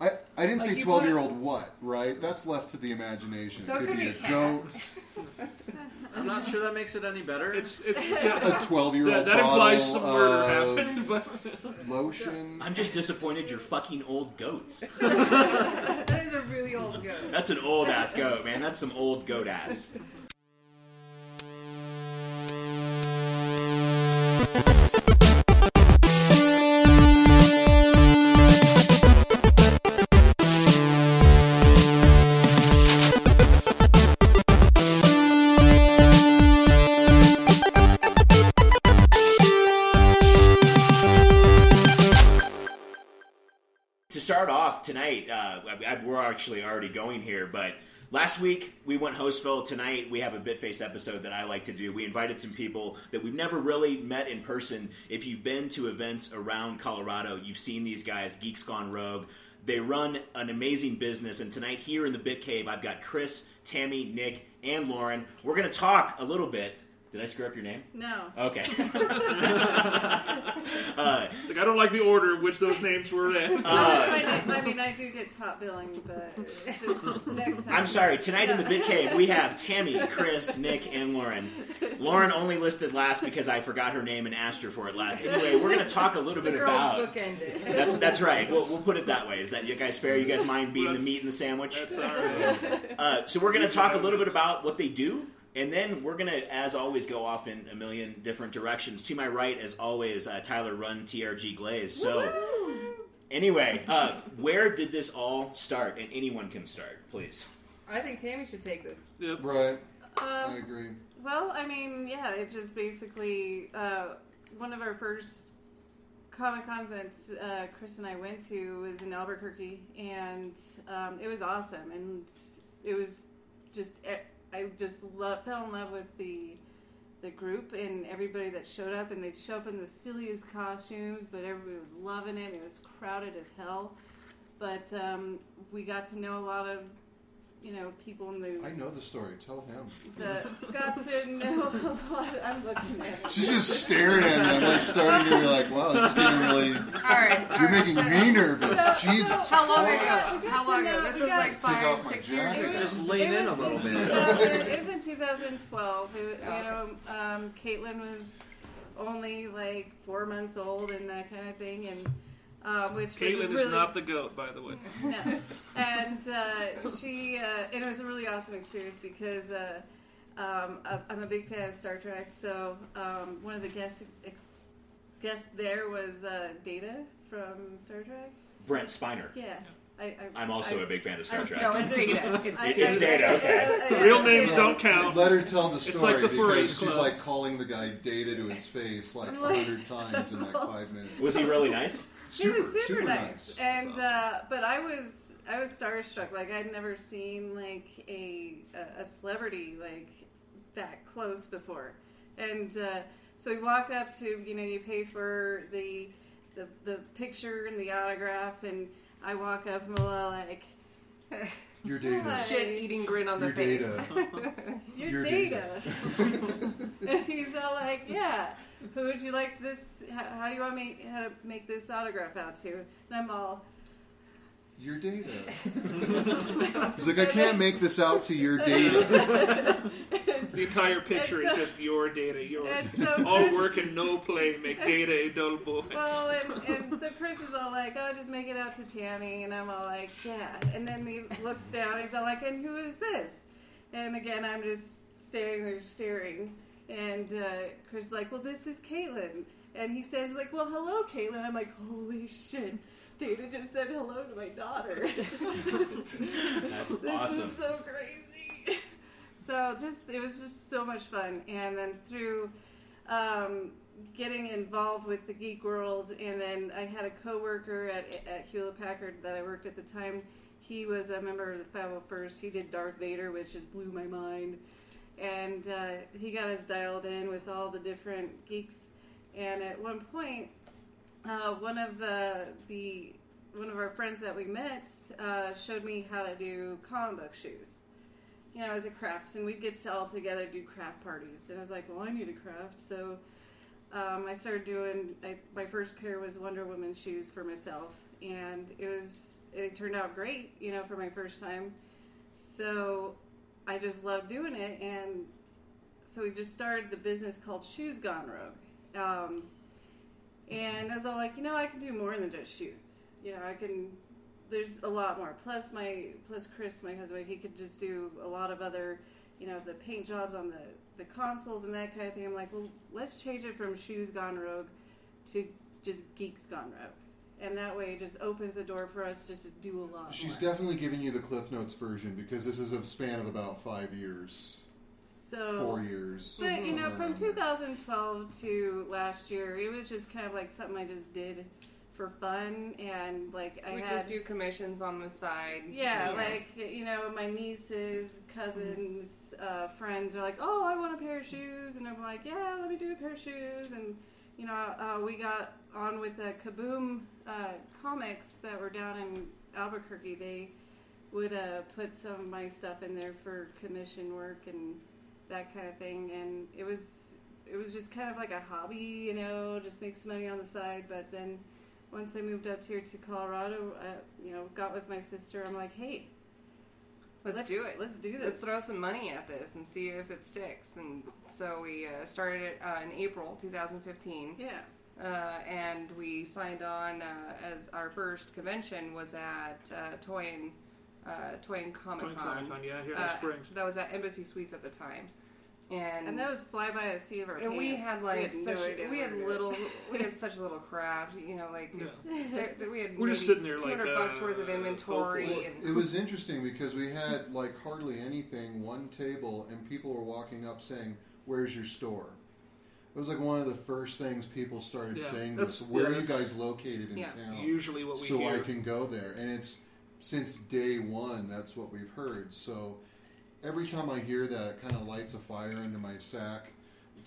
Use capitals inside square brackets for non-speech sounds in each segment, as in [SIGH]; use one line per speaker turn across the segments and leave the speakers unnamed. I didn't
Like,
say
you
twelve year
put-
old what, right? That's left to the imagination.
So it could
be
be
a
a cat.
goat,
I'm not sure that makes it any better. [LAUGHS]
It's it's
a
yeah,
twelve year
[LAUGHS] that,
old.
that implies some murder happened, but [LAUGHS]
Lotion.
I'm just disappointed you're fucking old goats.
That is a really old goat.
That's an old ass goat, man. That's some old goat ass. To start off tonight, uh, I, I, we're actually already going here, but last week we went Hostville. Tonight we have a Bitfaced episode that I like to do. We invited some people that we've never really met in person. If you've been to events around Colorado, you've seen these guys, Geeks Gone Rogue. They run an amazing business, and tonight here in the Bit Cave, I've got Chris, Tammy, Nick, and Lauren. We're going to talk a little bit. Did I screw up your name?
No.
Okay. uh,
like I don't like the order in which those names
[LAUGHS]
were
That's
in.
my name. I mean, I do get top billing, but this next time.
[LAUGHS] I'm sorry. Tonight in the Bit Cave, we have Tammy, Chris, Nick, and Lauren. Lauren only listed last because I forgot her name and asked her for it last. Anyway, we're going to talk a little
The
bit
girls
about.
bookended.
That's that's right. We'll, we'll put it that way. Is that you guys fair? You guys mind being the meat and the sandwich?
That's all right.
[LAUGHS]
Uh, so we're going to talk a little bit about what they do, and then we're going to, as always, go off in a million different directions. To my right, as always, uh, Tyler Run TRG Glaze. So anyway, uh, where did this all start? And anyone can start, please.
I think Tammy should take this.
Yep.
Right. I
Um,
agree.
well, I mean, yeah, it just basically uh, one of our first comic cons that uh, Chris and I went to was in Albuquerque, and um, it was awesome, and it was just e, I just love, fell in love with the the group and everybody that showed up, and they'd show up in the silliest costumes, but everybody was loving it. It was crowded as hell, but um, we got to know a lot of you know people in the
I know the story. Tell him.
that got to know a lot. I'm looking at.
She's just staring at me. I'm like starting to be like, wow, this is getting really. [LAUGHS] You're
All right. all right,
making
so-
me nervous.
so-
Jesus.
How long
Christ.
Yeah, we
ago?
got
How
to
long
know-
ago? This
we
was
got-
like
Take
five,
off my
six years
jacket.
ago.
Just lean in a
was
little
in
bit.
2000 It was in 2012. It,
Yeah.
You know, um, Caitlin was only like four months old and that kind of thing, and uh, which
Caitlin
was
is
really, [LAUGHS]
not the goat, by the way.
no. And uh, she, uh, and it was a really awesome experience because uh, um, I- I'm a big fan of Star Trek. So um, one of the guests ex- guests there was uh, Data from Star Trek.
Brent Spiner.
Yeah, I, I,
I'm also
I-
a big fan of Star
I-
Trek.
No, it's data. It's
I-
It- it's
I-
Data,
I-
okay.
I- I-
Real
I-
names
I-
don't count.
Let her tell the
It's
story
like the 4-H
because she's
club.
like calling the guy data to his face like a
I'm like-
hundred times in like five minutes.
[LAUGHS] Was he really nice?
He was super, nice, and
That's
uh, but I was I was starstruck. Like I'd never seen like a a celebrity like that close before, and uh, so you walk up to you know you pay for the the the picture and the autograph, and I walk up and I'm all like
Your data.
Hi.
Shit eating grin on the
Your
face.
data.
your,
Your
data.
data. [LAUGHS]
and [LAUGHS] he's all like, yeah. Who would you like this? How, how do you want me how to make this autograph out to? And I'm all.
Your
[LAUGHS]
data. He's like, I can't make this out to your data.
The entire picture is
It's, uh,
just your data, your
And so
all
Chris-
work and no play make data a dull boy.
Well, and, and so Chris is all like, "Oh, just make it out to Tammy," and I'm all like, "Yeah." And then he looks down. and He's all like, "And who is this?" And again, I'm just staring there, staring. And uh, Chris is like, "Well, this is Caitlin." And he says like, "Well, hello, Caitlin." I'm like, "Holy shit!" Data just said hello to my daughter. [LAUGHS]
That's
[LAUGHS] This
awesome.
is so crazy. [LAUGHS] So just it was just so much fun, and then through um, getting involved with the geek world, and then I had a coworker at at Hewlett Packard that I worked at the time. He was a member of the 501st. He did Darth Vader, which just blew my mind, and uh, he got us dialed in with all the different geeks. And at one point, uh, one of the the one of our friends that we met uh, showed me how to do comic book shoes. You know, as a craft, and we'd get to all together do craft parties. And I was like, well, I need a craft, so um, I started doing. I, my first pair was Wonder Woman shoes for myself, and it was it turned out great, you know, for my first time. So I just loved doing it, and so we just started the business called Shoes Gone Rogue. Um, and I was all like, you know, I can do more than just shoes. You know, I can. There's a lot more. Plus, my plus Chris, my husband, he could just do a lot of other, you know, the paint jobs on the the consoles and that kind of thing. I'm like, well, let's change it from shoes gone rogue to just geeks gone rogue, and that way it just opens the door for us just to do a lot.
She's
more.
definitely giving you the Cliff Notes version because this is a span of about five years,
so
four years.
Oh. But you know,
somewhere
from
around there.
2012 to last year, it was just kind of like something I just did for fun, and like I
we
had,
just do commissions on the side.
yeah,
you know.
like you know, my nieces, cousins, uh, friends are like, "Oh, I want a pair of shoes," and I'm like, "Yeah, let me do a pair of shoes." And you know, uh, we got on with the Kaboom uh, comics that were down in Albuquerque. They would uh, put some of my stuff in there for commission work and that kind of thing. And it was it was just kind of like a hobby, you know, just make some money on the side. But then once I moved up here to Colorado, uh, you know, got with my sister. I'm like, hey,
let's, do it.
Let's do this.
Let's throw some money at this and see if it sticks. And so we uh, started it uh, in April 2015,
yeah.
uh, and we signed on uh, as our first convention was at uh, Toy and uh, Toy and Comic
Comic
Con.
Con, yeah, here in
Uh,
Springs.
that was at Embassy Suites at the time, and
And that was fly by the sea of our
and we
pants.
had like
no
such,
idea
we
what
had
we were [LAUGHS]
little we had such little craft, you know, like
Yeah.
there- there- we had
We're just
maybe
sitting there, like,
200 bucks
uh,
worth of inventory
Well,
and
it was interesting because we had like hardly anything, one table, and people were walking up saying, "Where's your store?" It was like one of the first things people started
Yeah,
saying
that's-
was, "Where
yeah,
are you
that's
guys located in
Yeah.
town?"
Usually, what we
so
hear.
I can go there. And it's since day one, that's what we've heard. So every time I hear that, it kind of lights a fire under my sack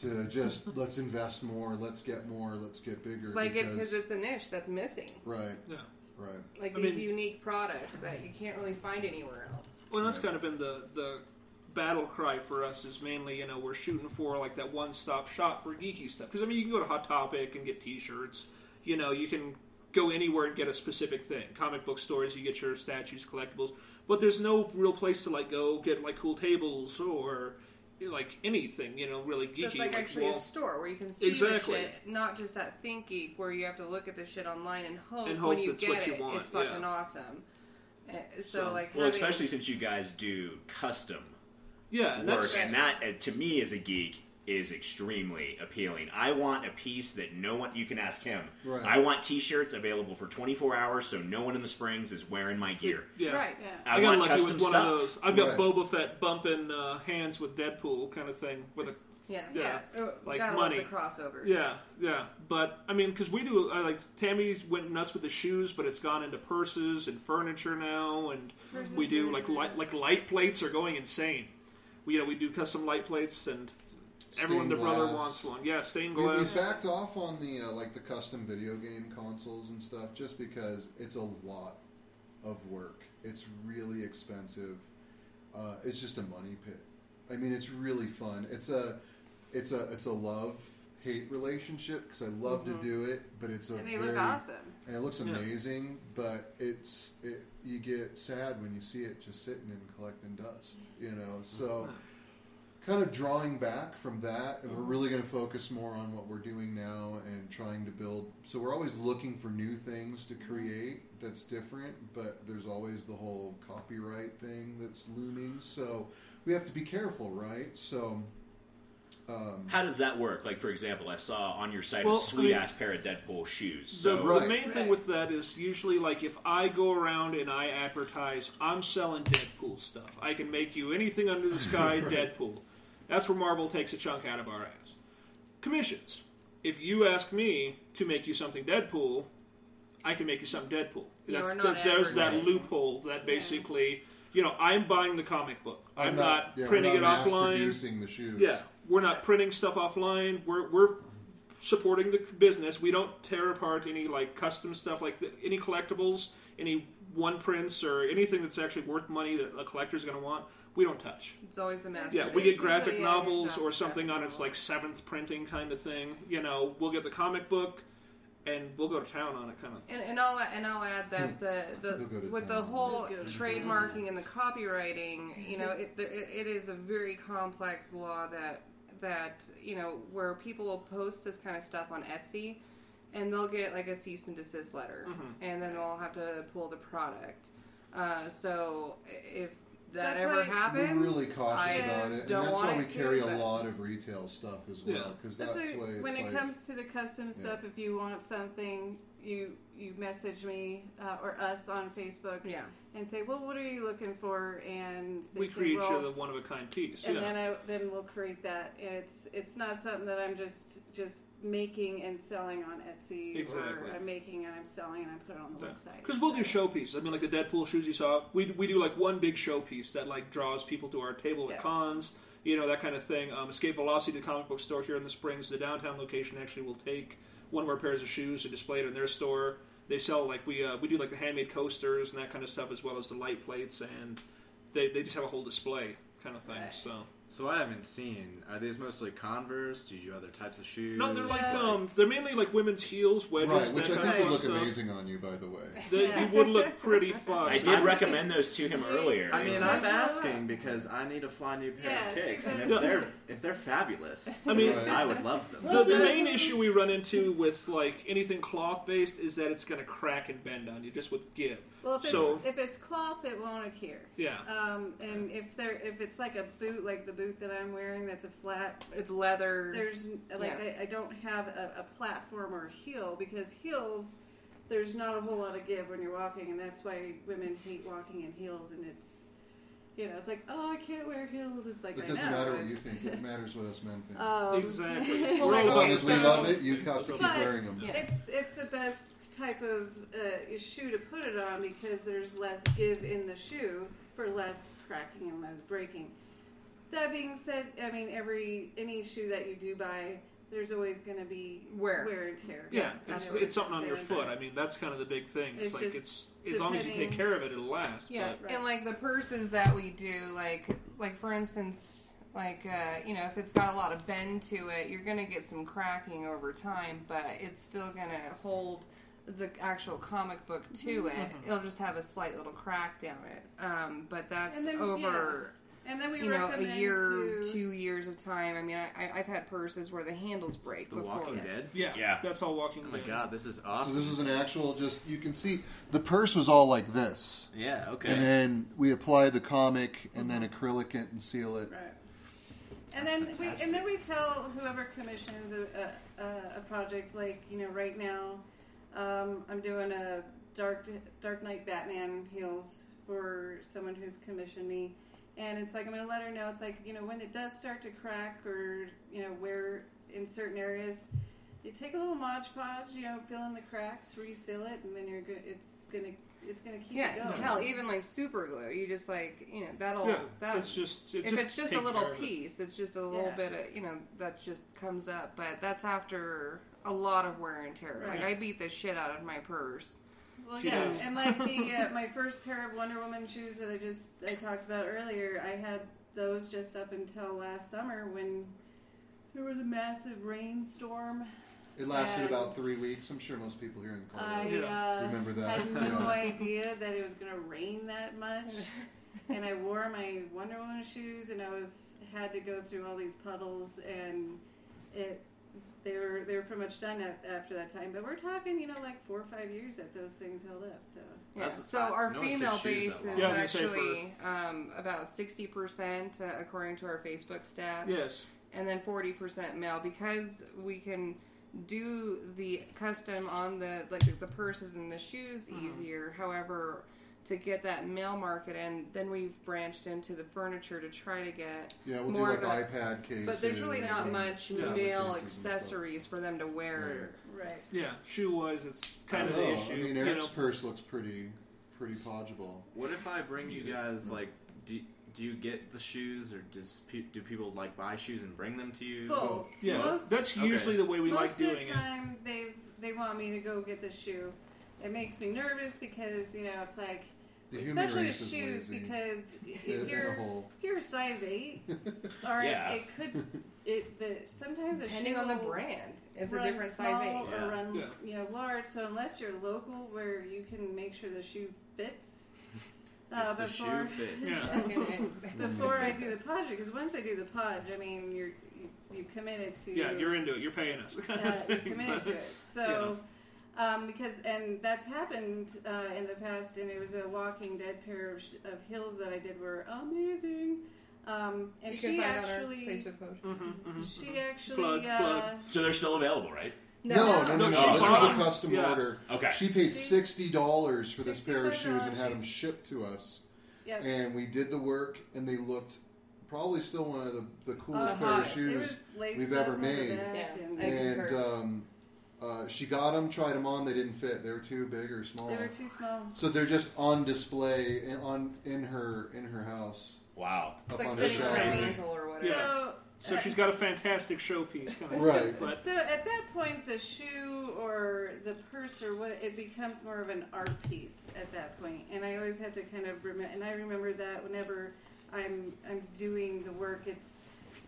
to
[LAUGHS]
just let's invest more, let's get more, let's get bigger.
like it
because-
because it's a niche that's missing,
right,
yeah.
right.
like
I
these
mean-
unique products that you can't really find anywhere else.
Well, that's
Right.
kind of been the the battle cry for us is mainly you know we're shooting for like that one stop shop for geeky stuff because I mean you can go to Hot Topic and get T-shirts, you know you can go anywhere and get a specific thing. Comic book stores you get your statues, collectibles, but there's no real place to like go get like cool tables or you know, like anything you know really geeky.
That's like actually
wall-
a store where you can see
Exactly.
the shit, not just at ThinkGeek where you have to look at the shit online and hope,
And hope
when you
it's
get
what you
it,
want,
it's fucking
yeah.
awesome. Uh, So,
So-
like,
Well,
having-
especially since you guys do custom
yeah, and
work,
that's
and that uh, to me as a geek is extremely appealing. I want a piece that no one you can ask him.
Right.
I want T-shirts available for 24 hours, so no one in the Springs is wearing my gear.
yeah.
right?
Yeah.
I,
I, got
want
lucky
custom
with one
stuff.
of those. I've got
Right.
Boba Fett bumping uh, hands with Deadpool kind of thing with a
Yeah,
Yeah.
Uh,
Like
gotta
money.
love the crossovers.
Yeah, yeah, but I mean, because we do I, like Tammy's went nuts with the shoes, but it's gone into purses and furniture now, and we do like light like light plates are going insane. We, you know, we do custom light plates, and everyone, their
Stained
brother
glass.
wants one. Yeah, stained
We, we
glass.
backed off on the uh, like the custom video game consoles and stuff just because it's a lot of work. It's really expensive. Uh, it's just a money pit. I mean, it's really fun. It's a it's a it's a love hate relationship because I love to do it, but it's a
Mm-hmm. And they
very,
look awesome.
and it looks
Yeah.
amazing. But it's it you get sad when you see it just sitting and collecting dust. You know,
Mm-hmm.
so kind of drawing back from that,
Mm-hmm.
and we're really going to focus more on what we're doing now and trying to build. So we're always looking for new things to
Mm-hmm.
create that's different, but there's always the whole copyright thing that's looming. So we have to be careful, right? So. Um,
How does that work? Like, for example, I saw on your site
Well,
a
I
sweet
mean-
ass pair of Deadpool shoes.
The,
So,
the
Right.
main thing
Right.
with that is usually like if I go around and I advertise, I'm selling Deadpool stuff. I can make you anything under
[LAUGHS]
the sky Deadpool. That's where Marvel takes a chunk out of our ass. Commissions. If you ask me to make you something Deadpool, I can make you something Deadpool.
Yeah,
That's
we're not
the- there's that
advertising.
loophole that basically, you know, I'm buying the comic book. I'm, not,
yeah, we're
printing
mass
it offline.
Producing the shoes.
Yeah, we're not printing stuff offline. We're we're supporting the business. We don't tear apart any like custom stuff, like the, any collectibles, any one prints, or anything that's actually worth money that a collector's going to want. We don't touch.
It's always the master.
Yeah, we
usually,
get
yeah,
graphic
you're
novels
not-
or something
graphic
on its
novel.
like seventh printing kind of thing. You know, we'll get the comic book. and we'll go to town on it kind of thing.
And, and I'll and I'll add that the,
We'll Hmm. go
the
to
with the
town.
whole
We'll go to
trademarking and the copywriting, you know, it, the, it it is a very complex law that that you know where people will post this kind of stuff on Etsy, and they'll get like a cease and desist letter,
Mm-hmm.
and then they'll have to pull the product. Uh, so if that
That's
ever
why
happens,
We're really cautious
I
about it, and
don't
that's
want
why we
it to,
carry a
but-
lot of retail stuff as well,
Yeah.
because
That's
that's,
what-
why it's
when it
like,
comes to the custom stuff, if you want something, you you message me uh, or us on Facebook
Yeah.
and say, "Well, what are you looking for?" And they
We
say,
create
well,
you the one of a kind piece.
and
yeah.
then I then we'll create that. And It's it's not something that I'm just just making and selling on Etsy,
Exactly.
or I'm making and I'm selling and I put it on the website.
Because we'll do showpieces. I mean, like the Deadpool shoes you saw. We, we do like one big showpiece that like draws people to our table
Yeah.
at cons, you know, that kind of thing. Um, Escape Velocity, the comic book store here in the Springs, the downtown location actually will take one of our pairs of shoes and display it in their store. They sell like we uh, we do like the handmade coasters and that kind of stuff as well as the light plates and they, they just have a whole display kind of thing.
Right.
So
So I haven't seen. Are these mostly Converse? Do you do other types of shoes?
no, they're like
Yeah.
um they're mainly like women's heels,
right,
wedges,
which
that
I
kind
think would
of fun
look
stuff.
amazing on you, by the way.
That you would
[LAUGHS]
look pretty fucked.
I did recommend those to him earlier.
I mean, I'm
Yeah.
asking because I need a fly new pair
Yes,
of kicks, and if
exactly.
they're if they're fabulous,
[LAUGHS] I mean-
I would love them.
The, the main issue we run into with like anything cloth based is that it's going to crack and bend on you just with give.
Well, if it's,
So-
if it's cloth, it won't adhere.
Yeah.
Um, and if there if it's like a boot, like the boot that I'm wearing, that's a flat.
It's leather.
There's like
Yeah.
I, I don't have a, a platform or a heel because heels. There's not a whole lot of give when you're walking, and that's why women hate walking in heels. And it's, you know, it's like, oh, I can't wear heels. It's like
It
I
doesn't
know,
matter what you
it's-
think; it matters what us men think.
Oh,
Um,
exactly.
Well,
We're
as
all
long
about
as
the
we
sound.
love it, you have to
But-
keep wearing them.
Yeah.
It's it's the best type of uh, shoe to put it on because there's less give in the shoe for less cracking and less breaking. That being said, I mean every any shoe that you do buy, there's always going to be
Wear.
and tear.
Yeah, it's,
Absolutely.
it's something on your
Wear and
foot.
tear.
I mean, that's kind of the big thing. It's,
It's
like
just
it's as long as you take
depending-
care of it, it'll last.
Yeah,
but-
and like the purses that we do, like like for instance, like uh, you know, if it's got a lot of bend to it, you're gonna get some cracking over time, but it's still gonna hold the actual comic book to
Mm-hmm.
it. It'll just have a slight little crack down it. Um, but that's
And then,
over
and then we
you know a
recommend
year,
to-
two years of time. I mean, I, I, I've had purses where the handles break
It's the
before.
Walking Dead.
yeah,
Yeah.
That's all walking.
Oh my
in.
god, this is
So
awesome.
this was an actual. Just you can see the purse was all like this,
yeah, okay.
and then we applied the comic and then
Uh-huh.
acrylic it and seal it.
Right. And
That's
then we
fantastic.
and then we tell whoever commissions a, a, a- a project like you know right now, um, I'm doing a dark Dark Knight Batman heels for someone who's commissioned me, and it's like I'm gonna let her know it's like you know when it does start to crack or you know where in certain areas. You take a little Mod Podge, you know, fill in the cracks, reseal it, and then you're gonna. It's gonna. It's gonna keep it
Yeah,
going.
hell, even like super glue, you just like you know that'll
Yeah,
Oh, that
it's just it's
if
just
it's just a
take
little
care of it.
piece, it's just a little
Yeah.
bit of you know that's just comes up, but that's after a lot of wear and tear. Like
Right.
I beat the shit out of my purse.
Well,
She
yeah,
does.
and like
[LAUGHS]
the uh, my first pair of Wonder Woman shoes that I just I talked about earlier, I had those just up until last summer when there was a massive rainstorm.
It lasted
And-
about three weeks. I'm sure most people here in
I
Colorado
uh,
Oh, remember that.
had
Yeah.
no idea that it was going to rain
[LAUGHS]
that much, and I wore my Wonder Woman shoes, and I was had to go through all these puddles, and it they were they were pretty much done af- after that time. But we're talking, you know, like four or five years that those things held up. So
Yeah.
That's-
So
I-
our
no one could
female
choose
base
that
is
one.
Yeah, I was gonna say
actually um, about sixty percent uh, according to our Facebook stats.
Yes.
and then 40% male because we can do the custom on the like the purses and the shoes easier however to get that male market and then we've branched into the furniture to try to get
yeah, we'll do
more
like
of a-
iPad cases.
but there's really not
and-
much
Yeah.
male
Cases and stuff.
accessories for them to wear
right.
Yeah. Shoe wise, it's kind
I
of
don't
the
know.
issue.
I mean,
you
Eric's
know,
purse looks pretty, pretty podgeable.
What if I bring you guys like? Do, do you get the shoes, or just pe- do people like buy shoes and bring them to you?
Both.
yeah.
Most-
that's
Okay.
usually the way we
Most
like doing
of
it.
the time, they they want me to go get the shoe. It makes me nervous because you know it's like,
The human
Especially
race is
with shoes,
lazy. [LAUGHS]
because
in,
if
in a
you're
whole.
if you're a size
[LAUGHS]
eight, or
Yeah.
it could it the sometimes a
Depending
shoe
on the
will
brand, it's a
run
different
small
size eight. [LAUGHS]
or
Yeah.
run
Yeah.
you know large. So unless you're local, where you can make sure the shoe
[LAUGHS]
fits. Uh,
If the
before
shoe fits.
[LAUGHS]
Yeah.
before I
[LAUGHS]
do the podge, because once I do the podge, I mean you're you, you committed to
Yeah, you're into it. You're paying us. [LAUGHS]
uh, you're committed to it. So, um, because and that's happened uh, in the past, and it was a Walking Dead pair of, sh- of heels that I did were amazing. Um, and
you
she
can find
actually,
on our Facebook page.
Mm-hmm,
she actually,
Plug,
uh,
plug.
So they're still available, right?
No, no, no, no.
No,
This
she
was
bought
a
'em.
custom
Yeah.
order.
Okay.
She paid
She-
sixty dollars for this pair of shoes and
$65,
had them
she's-
shipped to us.
yeah, Uh,
And we did the work, and they looked probably still one of the, the
Uh,
coolest pair of
hottest.
Uh-huh. it
shoes.
was laced
we've
up
ever
on
made.
The back
Yeah.
and
I
and
concur.
um, uh, she got them, tried them on. They didn't fit. They were too big or small.
they were too small.
so they're just on display in, on in her in her house.
Wow.
It's
up
like
on her
sitting on a
shelves.
amazing.
mantle or whatever.
Yeah.
So
So she's got a fantastic showpiece coming.
Right.
But
So at that point, the shoe or the purse or what it becomes more of an art piece at that point. And I always have to kind of remember, and I remember that whenever I'm I'm doing the work, it's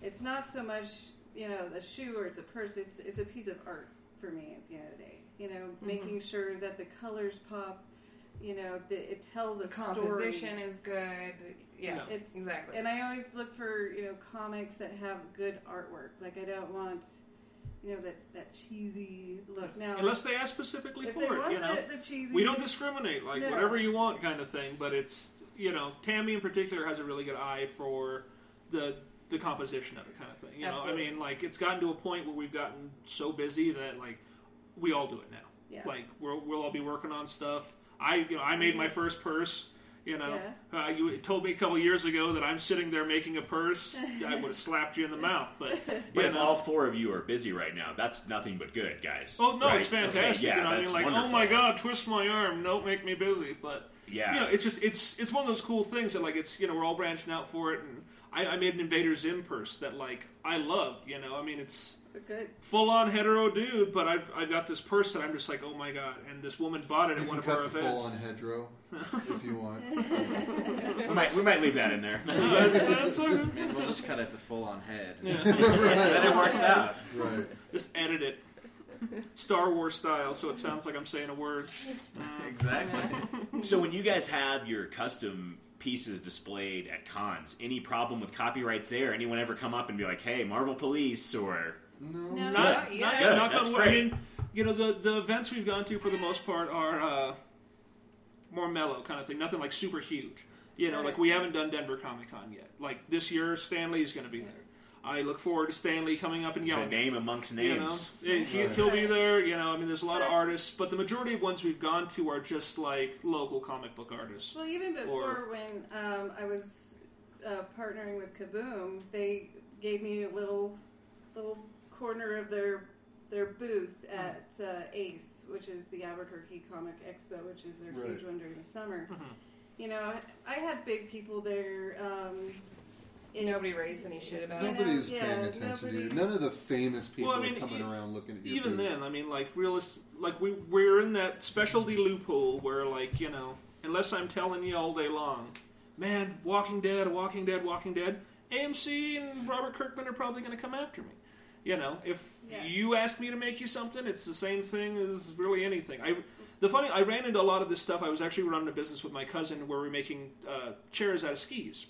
it's not so much you know the shoe or it's a purse. It's it's a piece of art for me at the end of the day. You know, making sure that the colors pop. You know, that it tells a
The composition
story.
is good. Yeah,
Yeah.
It's
Exactly.
And I always look for you know comics that have good artwork. Like I don't want you know that that cheesy look. Now,
unless they ask specifically
if
for
they
it,
want
you know,
the, the cheesy,
we don't discriminate. Like
No.
whatever you want, kind of thing. But it's you know, Tammy in particular has a really good eye for the the composition of it, kind of thing. You
Absolutely.
know, I mean, like it's gotten to a point where we've gotten so busy that like we all do it now.
Yeah. Mm-hmm.
Like we're, we'll all be working on stuff. I you know I made my first purse. You know, uh, you told me a couple years ago that I'm sitting there making a purse. I would have slapped you in the mouth,
[LAUGHS]
but
But
you
if
know.
all four of you are busy right now, that's nothing but good, guys.
Oh no,
Right?
it's fantastic.
Okay, yeah,
you know, I
that's
mean, like,
wonderful.
oh my god, twist my arm, don't make me busy. But
Yeah.
you know, it's just it's it's one of those cool things that like it's you know we're all branching out for it, and I, I made an Invader Zim purse that like I loved. You know, I mean, it's
but good.
full on hetero dude, but I've I've got this purse that I'm just like, oh my god, and this woman bought it
You
at one
can
of our
cut the full
events.
on hedgerow
[LAUGHS]
if you want.
we might we might leave that in there.
No, [LAUGHS] it's- it's okay.
And we'll just cut it to full
[LAUGHS]
on head.
then it works out.
Right.
Just edit it. Star Wars style, so it sounds like I'm saying a word.
exactly.
[LAUGHS]
So when you guys have your custom pieces displayed at cons, any problem with copyrights there? Anyone ever come up and be like, "Hey, Marvel Police," or
No,
Not,
Good.
not,
Good.
knock
That's
on wood.
great.
I mean, you know, the, the events we've gone to for the most part are uh, more mellow kind of thing. Nothing like super huge. You know, like we haven't done Denver Comic Con yet. Like this year, Stanley is going to be there. I look forward to Stanley coming up and
the
yelling.
name amongst
You
names?
know, And he,
Right.
he'll be there. You know, I mean, there's a lot of
But-
artists, but the majority of ones we've gone to are just like local comic book artists.
Well, even before
Or-
when um, I was uh, partnering with Kaboom, they gave me a little little corner of their their booth
Hmm.
at uh, Ace, which is the Albuquerque Comic Expo, which is their
Right.
huge one during the summer.
Mm-hmm.
You know, I had big people there. Um, it's-
Nobody raised any shit about it.
Nobody's
yeah,
paying attention to you.
nobody's-
None of the famous people
Well, I mean,
are coming
e-
around looking at you.
even then, I mean, like realist, like we we're in that specialty loophole where, like, you know, unless I'm telling you all day long, man, Walking Dead, Walking Dead, Walking Dead, AMC and Robert Kirkman are probably going to come after me. You know, if
Yeah.
you ask me to make you something, it's the same thing as really anything. I the funny, I ran into a lot of this stuff. I was actually running a business with my cousin where we were making uh, chairs out of skis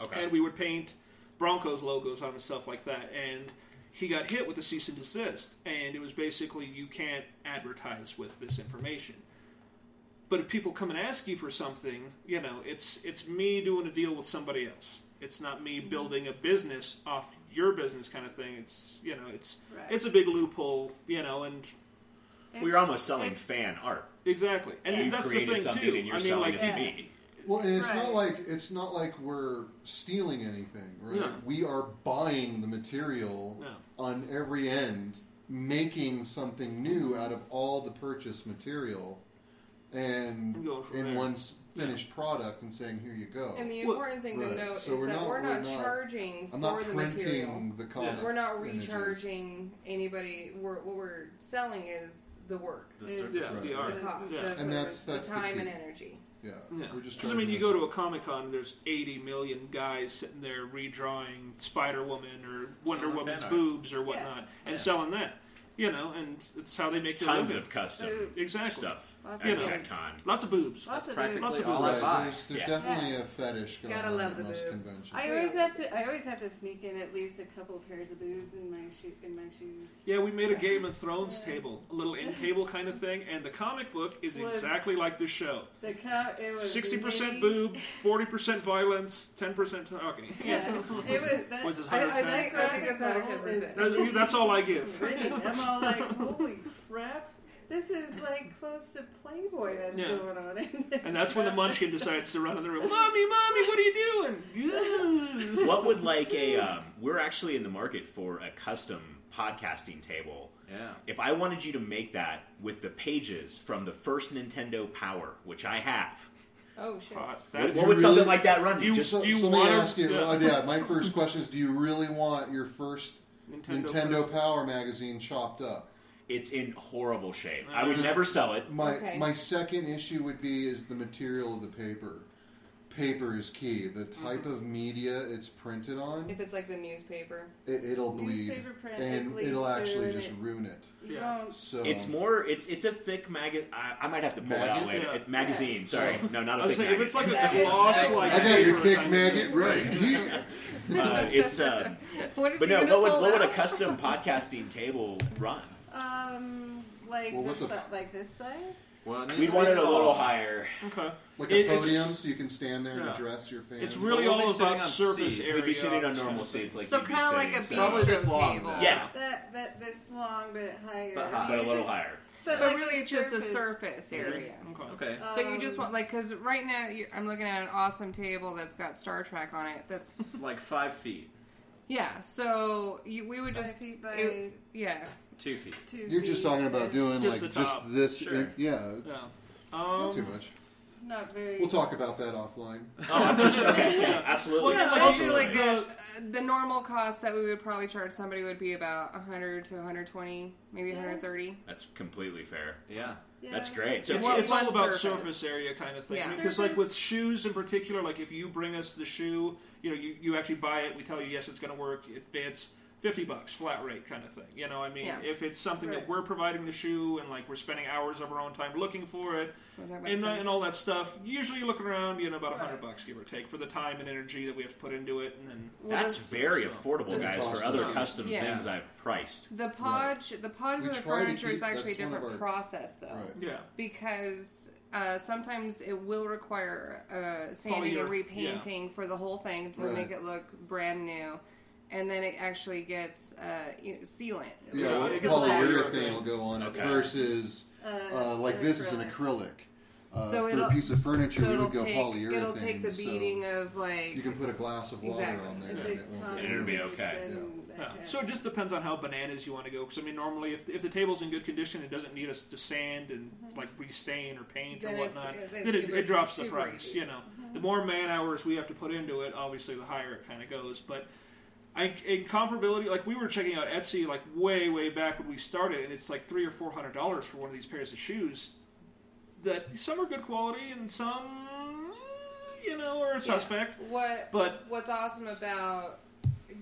Okay.
and we would paint Broncos logos on them and stuff like that. And he got hit with a cease and desist, and it was basically you can't advertise with this information. But if people come and ask you for something, you know, it's it's me doing a deal with somebody else. It's not
Mm-hmm.
me building a business off your business kind of thing. It's you know, it's
Right.
it's a big loophole, you know, and
we are almost selling
it's-
fan art.
exactly, and
You
that's the
created
thing
something
too.
and you're
I mean,
selling
like eh,
it
yeah.
to me.
well, and it's
Right.
not like it's not like we're stealing anything, right?
No.
We are buying the material
No.
on every end, making something new out of all the purchased material, and
And going from
in
there.
one's finished product, and saying, "Here you go."
And the
Well,
important thing
right.
to note
So
is
we're
that
not-
we're
we're
not
not-
charging
I'm
for
not
the material.
printing the comic.
We're not
images.
recharging anybody. We're, what we're selselling is the work,
The
is
service.
yeah,
Right.
the art.
the cost,
Yeah.
the
And
service,
that's- that's
the
the
time
key.
and energy.
Yeah,
Yeah.
we're just.
'Cause, I mean,
charging
you
them.
go to a Comic Con, there's 80 million guys sitting there redrawing Spider Woman or Wonder
Selling
Woman's
fan art.
boobs or whatnot and selling that. You know, and it's how they make their
Tons
living.
of custom
Boobs.
Exactly.
stuff
Lots
at
of
that
boobs.
con.
Lots of boobs.
Lots of
practically
boobs.
Lots of
all I
Right,
buy.
There's, there's
Yeah.
definitely a fetish going
Gotta
on
love
at
the
most
boobs.
conventions.
I always have to. I always have to sneak in at least a couple pairs of boobs in my shoe in my shoes.
Yeah, we [LAUGHS] made a Game of Thrones table, a little end table kind of thing, and the comic book is
Was-
exactly like the show.
The cup. It was
Sixty
really-
percent boob, forty percent violence, ten percent [LAUGHS] talking.
[LAUGHS] Yeah, it was. That,
What's his
I,
hundred
I think I think that's under
Graphic
ten
novel is-
percent.
[LAUGHS] That- That's all I give.
Really, I'm all like,
[LAUGHS]
holy crap! This is like close to Playboy that's
Yeah.
going on. In this
And that's when the
stuff.
munchkin decides to run in the room. Mommy, mommy, what are you
[LAUGHS]
doing? [LAUGHS]
what would like a? Um, we're actually in the market for a custom podcasting table.
Yeah.
If I wanted you to make that with the pages from the first Nintendo Power, which I have,
Oh shit!
Hot.
what,
Uh, That-
what
you
would something
really-
like that run to?
you-
Just
So,
Do you
so let
want
me
to-
ask you.
[LAUGHS] yeah.
uh, yeah, my first question is: Do you really want your first Nintendo, Power magazine chopped up?
it's in horrible shape. I would never sell it.
My
Okay.
my second issue would be is the material of the paper. Paper is key. The type of media it's printed on,
If it's like the newspaper,
it, it'll bleed,
Newspaper print, it
and
bleeds
it'll actually
through
just
it.
ruin it.
You
Yeah.
don't-
So
It's more. It's it's a thick magazine. I, I might have to pull it out
Maggot?
later.
Yeah.
It- magazine. Sorry, no, not
I
a
was
thick.
saying, if it's
magazine.
like a
That is
gloss,
sick.
like
I got your
paper
thick
kind of
maggot
thing.
right.
uh, it's. Uh,
what is
but
he
no,
gonna
what would
pull
what would a
out?
custom podcasting table run?
Um, like
Well, what's
this, si-
a-
like this size.
Well,
We
it's-
want it
it's
a
all-
little higher.
Okay.
[LAUGHS] like
It-
a
it's-
podium, so you can stand there and
Yeah.
address your fans.
It's really
We're only
all about
sitting on
surface
seats.
area.
We'd be sitting on
this kind
normal
of thing.
seats, like
So
you'd be
kind of like a
sitting,
beach
so-
Probably this long,
table.
though.
Yeah.
That that this long but higher.
But
but a little
just-
higher.
But,
But
like
really,
the
it's just the
surface.
surface area.
Okay.
Okay.
So you just
Um,
want like because right now you I'm looking at an awesome table that's got Star Trek on it. That's
Like five feet,
yeah. So you, we would just
Five feet by
it- yeah.
two feet.
two
You're just
feet,
talking about
but
doing
Just
like
the
just
top.
this.
Sure.
in- yeah, it's
Yeah.
not too
Um,
much.
Not very.
We'll talk about that offline.
Oh, I'm just, okay, [LAUGHS] yeah, absolutely.
Well, yeah,
Well, so, like
absolutely.
the, uh, the normal cost that we would probably charge somebody would be about 100 to 120, maybe
Yeah.
130.
That's completely fair.
Yeah.
Yeah.
That's great. So
it's,
it's,
Well,
it's all
one
about
surface.
surface area kind of thing.
Yeah.
Because like
Surface.
with shoes in particular, like if you bring us the shoe, you know, you, you actually buy it, we tell you yes, it's going to work, it fits. Fifty bucks flat rate kind of thing. You know, I mean,
Yeah.
if it's something
Right.
that we're providing the shoe and like we're spending hours of our own time looking for it
We're talking about
and, uh,
furniture.
and all that stuff, usually you're looking around, you know, about a hundred
Right.
bucks give or take for the time and energy that we have to put into it, and then
that's very affordable,
Yeah.
guys, for other
Yeah.
custom
Yeah.
things I've priced.
The podge, the podge
We
for the
try to
furniture
keep-
is actually a
that's one of
different
our-
process though,
Right.
yeah.
because uh, sometimes it will require uh, sanding
Polyureth-
and repainting for the whole thing to
Right.
make it look brand new, and then it actually gets uh, you know, sealant.
Yeah,
Yeah,
well,
it gets
polyurethane
polyurethane.
will go on it
Okay.
versus uh, like this is an
acrylic.
acrylic. Uh,
So
for
it'll
a piece of furniture,
so
we
it'll
would go
take,
polyurethane.
It'll take the
so
beating of like
you can put a glass of water
Exactly.
on there,
And
and
big
it won't.
condoms
And it'll be okay.
and that
Yeah.
kind of-
So it just depends on how bananas you want to go. Because I mean, normally if, if the table's in good condition, it doesn't need us to sand and like restain or paint
Then
or
it's-
whatnot.
it's
then it,
super-
it drops the
super
price.
easy.
You know, the more man hours we have to put into it, obviously the higher it kind of goes. But I, in comparability, like we were checking out Etsy like way way back when we started, and it's like three or four hundred dollars for one of these pairs of shoes. That some are good quality and some, eh, you know, are suspect.
What
But
what's awesome about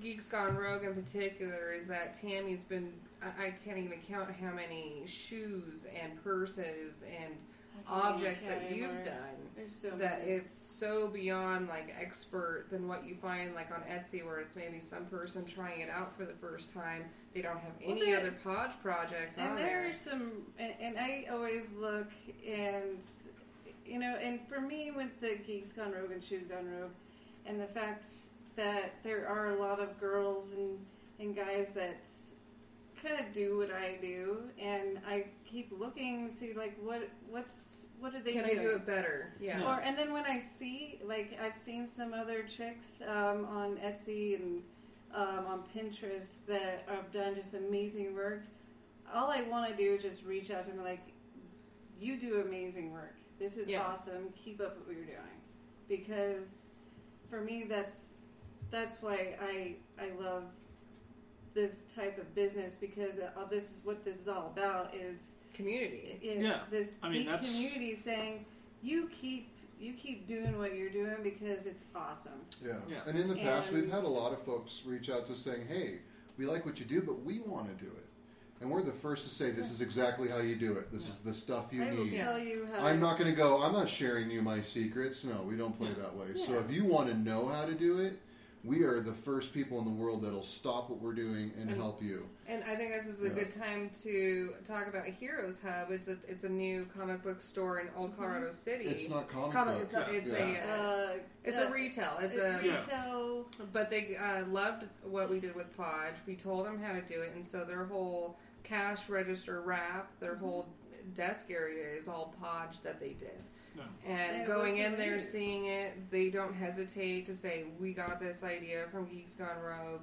Geeks Gone Rogue in particular is that Tammy's been I, I can't even count how many shoes and purses and objects that
Okay,
you've
Mark.
done
There's so
that
many.
it's so beyond like expert than what you find like on Etsy where it's maybe some person trying it out for the first time they don't have
Well,
any
there-
other podge projects on
and there
there
are some and, and i always look and you know and for me with the geeks gone rogue and shoes gone rogue and the fact that there are a lot of girls and and guys that kind of do what i do and i keep looking to see like what what's what are they
can I
doing?
do it better yeah
Or and then when I see like I've seen some other chicks um, on Etsy and um, on Pinterest that have done just amazing work. All I want to do is just reach out to them and, like, you do amazing work. This is
Yeah.
awesome. Keep up what you're doing because for me that's that's why I I love this type of business because uh, this is what this is all about is
community
you know,
Yeah.
this
I mean,
geek
that's-
community saying you keep you keep doing what you're doing because it's awesome.
Yeah.
Yeah.
And in the past, we've
And-
had a lot of folks reach out to us saying, hey, we like what you do, but we want to do it. And we're the first to say, this is exactly how you do it. This is the stuff you
I will
need.
tell you how.
Uh,
I'm not going to go, I'm not sharing you my secrets. No, we don't play that way. So if you want to know how to do it, we are the first people in the world that'll stop what we're doing and
Mm.
help you.
And I think this is a
Yeah.
good time to talk about Heroes Hub. It's a it's a new comic book store in Old
Mm-hmm.
Colorado City.
It's not comic
comic.
book.
It's, not, it's a uh,
Uh,
it's
uh,
a retail. It's
uh,
a
retail.
but they uh, loved what we did with Podge. We told them how to do it, and so their whole cash register wrap, their whole desk area is all Podge that they did.
Yeah.
And
And
going
what's
in there,
amazing-
seeing it, they don't hesitate to say, "We got this idea from Geeks Gone Rogue,"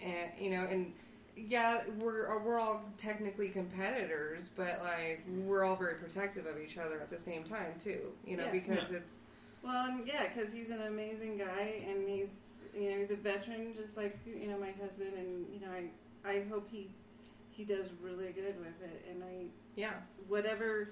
and you know, and yeah, we're uh, we're all technically competitors, but like we're all very protective of each other at the same time too. You know,
Yeah.
because it's
Well, and yeah, because he's an amazing guy, and he's you know he's a veteran, just like you know my husband, and you know I I hope he he does really good with it, and I
yeah,
whatever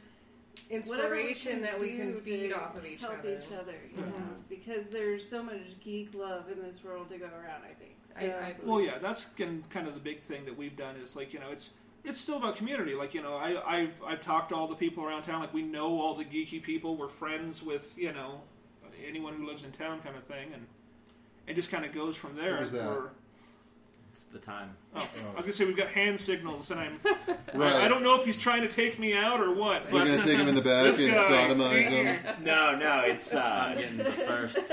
whatever
inspiration that we
do
can feed
to
off of each
help
other.
each other, you know, because there's so much geek love in this world to go around. I think. So,
I, I
Well,
believe.
yeah, that's kin- kind of the big thing that we've done is like you know it's it's still about community. Like you know, I, I've I've talked to all the people around town. Like we know all the geeky people. We're friends with you know anyone who lives in town, kind of thing, and it just kind of goes from there.
What was that?
We're-
It's the time.
oh, I
Oh.
was gonna say we've got hand signals, and I'm
Right.
I, I don't know if he's trying to take me out or what.
You're
but-
going to take him
[LAUGHS]
in the back and
This guy.
sodomize him.
[LAUGHS] No, no, it's.
I'm
Uh,
getting
[LAUGHS]
the first.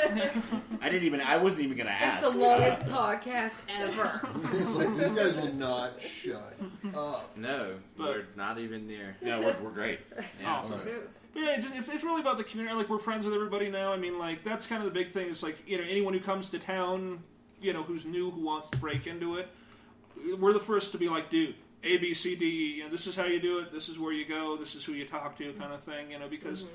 I didn't even. I wasn't even going to ask.
It's the longest podcast ever.
[LAUGHS] it's like, these guys will not shut up.
No,
But-
we're not even near.
no, we're, we're great.
Yeah.
Awesome.
Alright.
But yeah, it just, it's, it's really about the community. Like we're friends with everybody now. I mean, like that's kind of the big thing. Is like you know anyone who comes to town, you know who's new, who wants to break into it, we're the first to be like, dude, A B C D E. You know, this is how you do it. This is where you go. This is who you talk to, kind of thing. You know, because
Mm-hmm.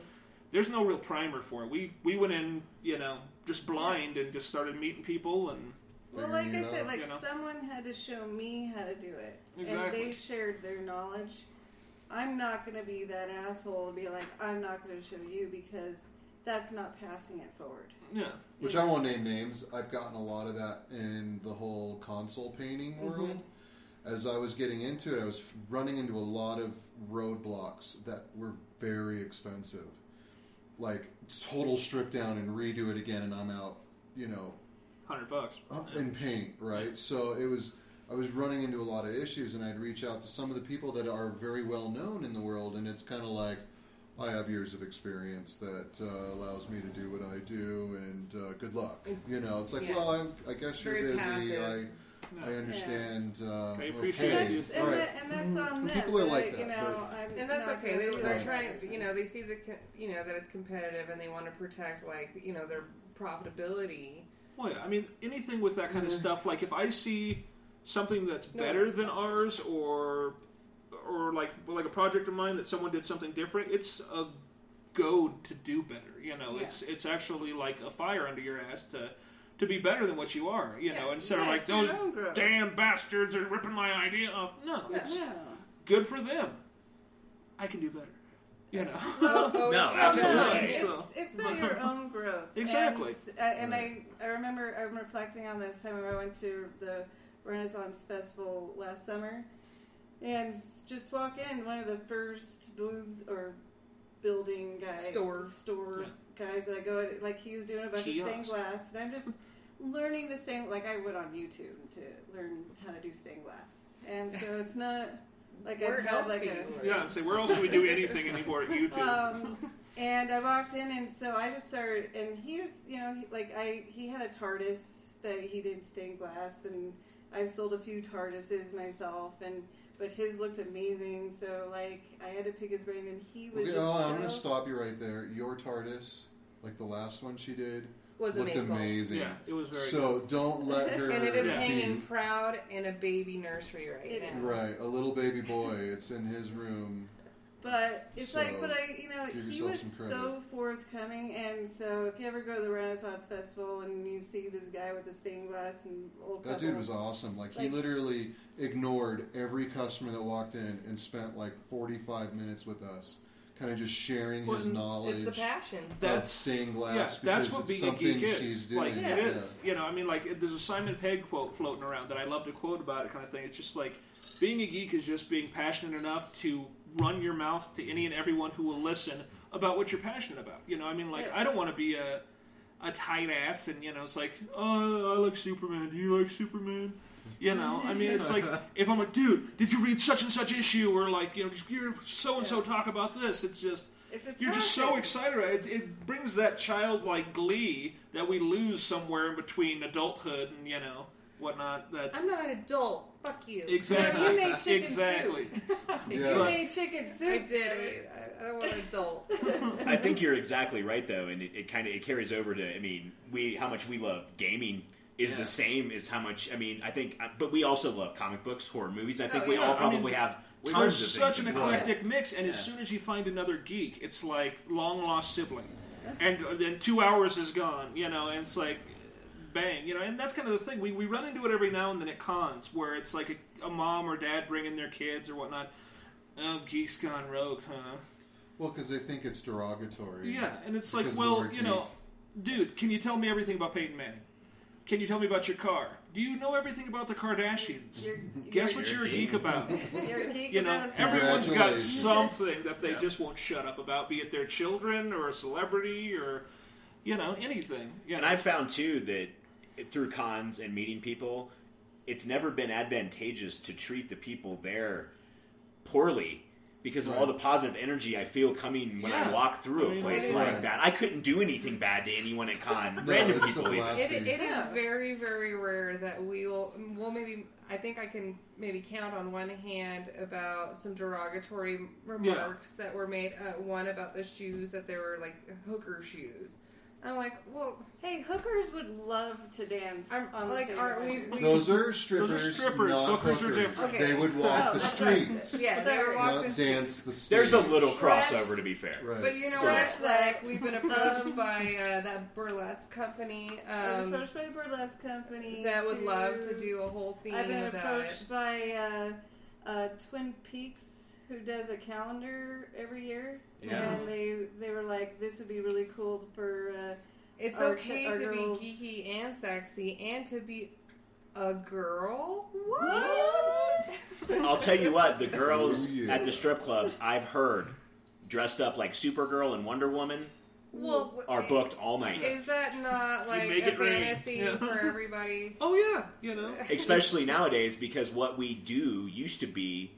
there's no real primer for it. We we went in, you know, just blind and just started meeting people and
Well,
Figuring
like I
it
said,
out.
like
You know?
someone had to show me how to do it, and
Exactly.
they shared their knowledge. I'm not going to be that asshole and be like, I'm not going to show you because that's not passing it forward.
yeah,
Which I won't name names. I've gotten a lot of that in the whole console painting world. As I was getting into it, I was running into a lot of roadblocks that were very expensive. Like total strip down and redo it again, and I'm out. You know,
hundred bucks.
up in paint, right? So it was I was running into a lot of issues, and I'd reach out to some of the people that are very well known in the world, and it's kind of like I have years of experience that uh, allows me to do what I do, and uh, good luck. You know, it's like,
Mm. Yeah.
well, I'm, I guess you're
Very
busy.
passive.
Yeah.
I I understand. Uh,
I appreciate
okay.
you.
That's, and,
Right.
that, and that's on them.
Mm, People are like
but, You
that,
know,
but-
I'm
[LAUGHS] And that's
not
okay.
gonna
They,
be
they're
that
trying,
person.
you know, they see the, co- you know, that it's competitive and they want to protect, like, you know, their
[LAUGHS]
profitability.
Well, Oh, yeah, I mean, anything with that kind of stuff. Like, if I see something that's
No,
better
that's
than
not.
ours, or or like like a project of mine that someone did something different, it's a goad to do better. You know,
Yeah.
it's it's actually like a fire under your ass to to be better than what you are. You know,
Yeah.
instead of
Yeah,
like
it's your
those
own growth.
damn bastards are ripping my idea off. No, it's
Yeah.
good for them. I can do better. You know. [LAUGHS]
Oh,
No,
oh, it's-
absolutely.
oh, no,
It's,
it's-
So-
it's about your own growth.
Exactly.
And, uh, and I, I remember I'm reflecting on this time when I went to the Renaissance Festival last summer and just walk in, one of the first booths or building guy
Store.
store guys that I go at, like he's doing a bunch of stained
Kiosk.
glass and I'm just learning the same like I would on YouTube to learn how to do stained glass. And so it's not like
Where
I've held
else
like
do
a
you learn?
Yeah, and say where else do we do anything anymore at YouTube?
um, and I walked in, and so I just started, and he was, you know, he, like I, he had a TARDIS that he did stained glass, and I've sold a few TARDISes myself, and but his looked amazing, so like I had to pick his brain, and he was
Okay,
just
oh,
so,
I'm going to stop you right there. Your TARDIS, like the last one she did,
was
looked
amazing.
amazing.
yeah, it was very.
So uh, don't let
[LAUGHS]
her.
And it is
Yeah.
hanging
be-
proud in a baby nursery right
It
now.
Right, a little baby boy. It's in his room.
But it's
So,
like, but I, you know,
give
he
yourself
was
some credit.
so forthcoming, and so if you ever go to the Renaissance Festival and you see this guy with the stained glass and old
That
couple,
dude was awesome. Like, he
Like-
literally ignored every customer that walked in and spent like 45 minutes with us kind of just sharing his
Well,
knowledge
It's the passion.
of
That's
stained glass.
yeah, that's
because
what
it's
being a
something
geek is.
she's
like
doing.
it
yeah.
is, you know. I mean, like it- there's a Simon Pegg quote floating around that I love to quote about it, kind of thing. It's just like being a geek is just being passionate enough to run your mouth to any and everyone who will listen about what you're passionate about. You know, I mean, like
Yeah.
I don't want to be a a tight ass, and you know, it's like, oh, I like Superman. Do you like Superman? You know, I mean, it's like if I'm like, dude, did you read such and such issue, or like, you know, just you're so and so talk about this. It's just
It's a
you're just so
passion.
excited. about It, it brings that childlike glee that we lose somewhere in between adulthood and you know whatnot. That
I'm not an adult. Fuck you.
[LAUGHS] exactly,
No, you made chicken
exactly.
soup.
Yeah.
You made chicken soup.
I did.
David. I, I don't want an adult.
I think you're exactly right though, and it, it kind of it carries over to. I mean, we how much we love gaming is
Yeah.
the same as how much. I mean, I think, uh, but we also love comic books, horror movies. I think
Oh,
we
yeah.
all
I mean,
probably have
There's
tons of
such an
things. in common.
eclectic mix, and as
Yeah.
soon as you find another geek, it's like long lost sibling, and then two hours is gone. You know, and it's like bang. You know, and that's kind of the thing. We we run into it every now and then at cons where it's like a, a mom or dad bringing their kids or whatnot. Oh, geeks gone rogue, huh?
Well, because they think it's derogatory.
Yeah, and it's like,
Because of the
well,
word
you know, dude, can you tell me everything about Peyton Manning? Can you tell me about your car? Do you know everything about the Kardashians?
You're,
Guess what
you're
you're a
a
geek [LAUGHS]
geek.
about.
you're, you're a geek
You know,
about us.
everyone's got
Congratulations.
something that they
Yeah.
just won't shut up about, be it their children or a celebrity or, you know, anything. You
And
know?
I've found too that through cons and meeting people, it's never been advantageous to treat the people there poorly because of all the positive energy I feel coming when
Yeah.
I walk through
I mean,
a place
it is-
like that. I couldn't do anything bad to anyone at con.
No,
Random
it's
people.
so
even.
classy.
It, it is
Yeah.
very, very rare that we will. Well, maybe I think I can maybe count on one hand about some derogatory remarks that were made. Uh, one about the shoes that they were like hooker shoes. I'm like, well,
Hey, hookers would love to dance.
I'm,
on the
like,
same
aren't we?
line.
we
Those are strippers.
strippers.
not
Hookers are different.
Okay.
They would walk
Oh,
the
that's right.
streets,
yeah, they were walking.
not dance the streets.
There's a little
Stretch.
crossover to be fair.
Right.
But you know
Sorry.
what? Like we've
um,
been approached by uh, that burlesque company
I was
um,
approached by the burlesque company.
that would love to do a whole theme
I've been
about
approached
it.
by uh, uh, Twin Peaks, who does a calendar every year,
Yeah.
and they they were like, "This would be really cool for." Uh,
It's
Our ch-
okay
our
to
girls-
be geeky and sexy and to be a girl.
I'll tell you what, the girls
Oh, yeah.
at the strip clubs I've heard dressed up like Supergirl and Wonder Woman
Well,
are booked all night.
Is
[LAUGHS]
that not like
make
a
it rain.
fantasy
Yeah. [LAUGHS]
for everybody?
oh, yeah, you know.
Especially nowadays because what we do used to be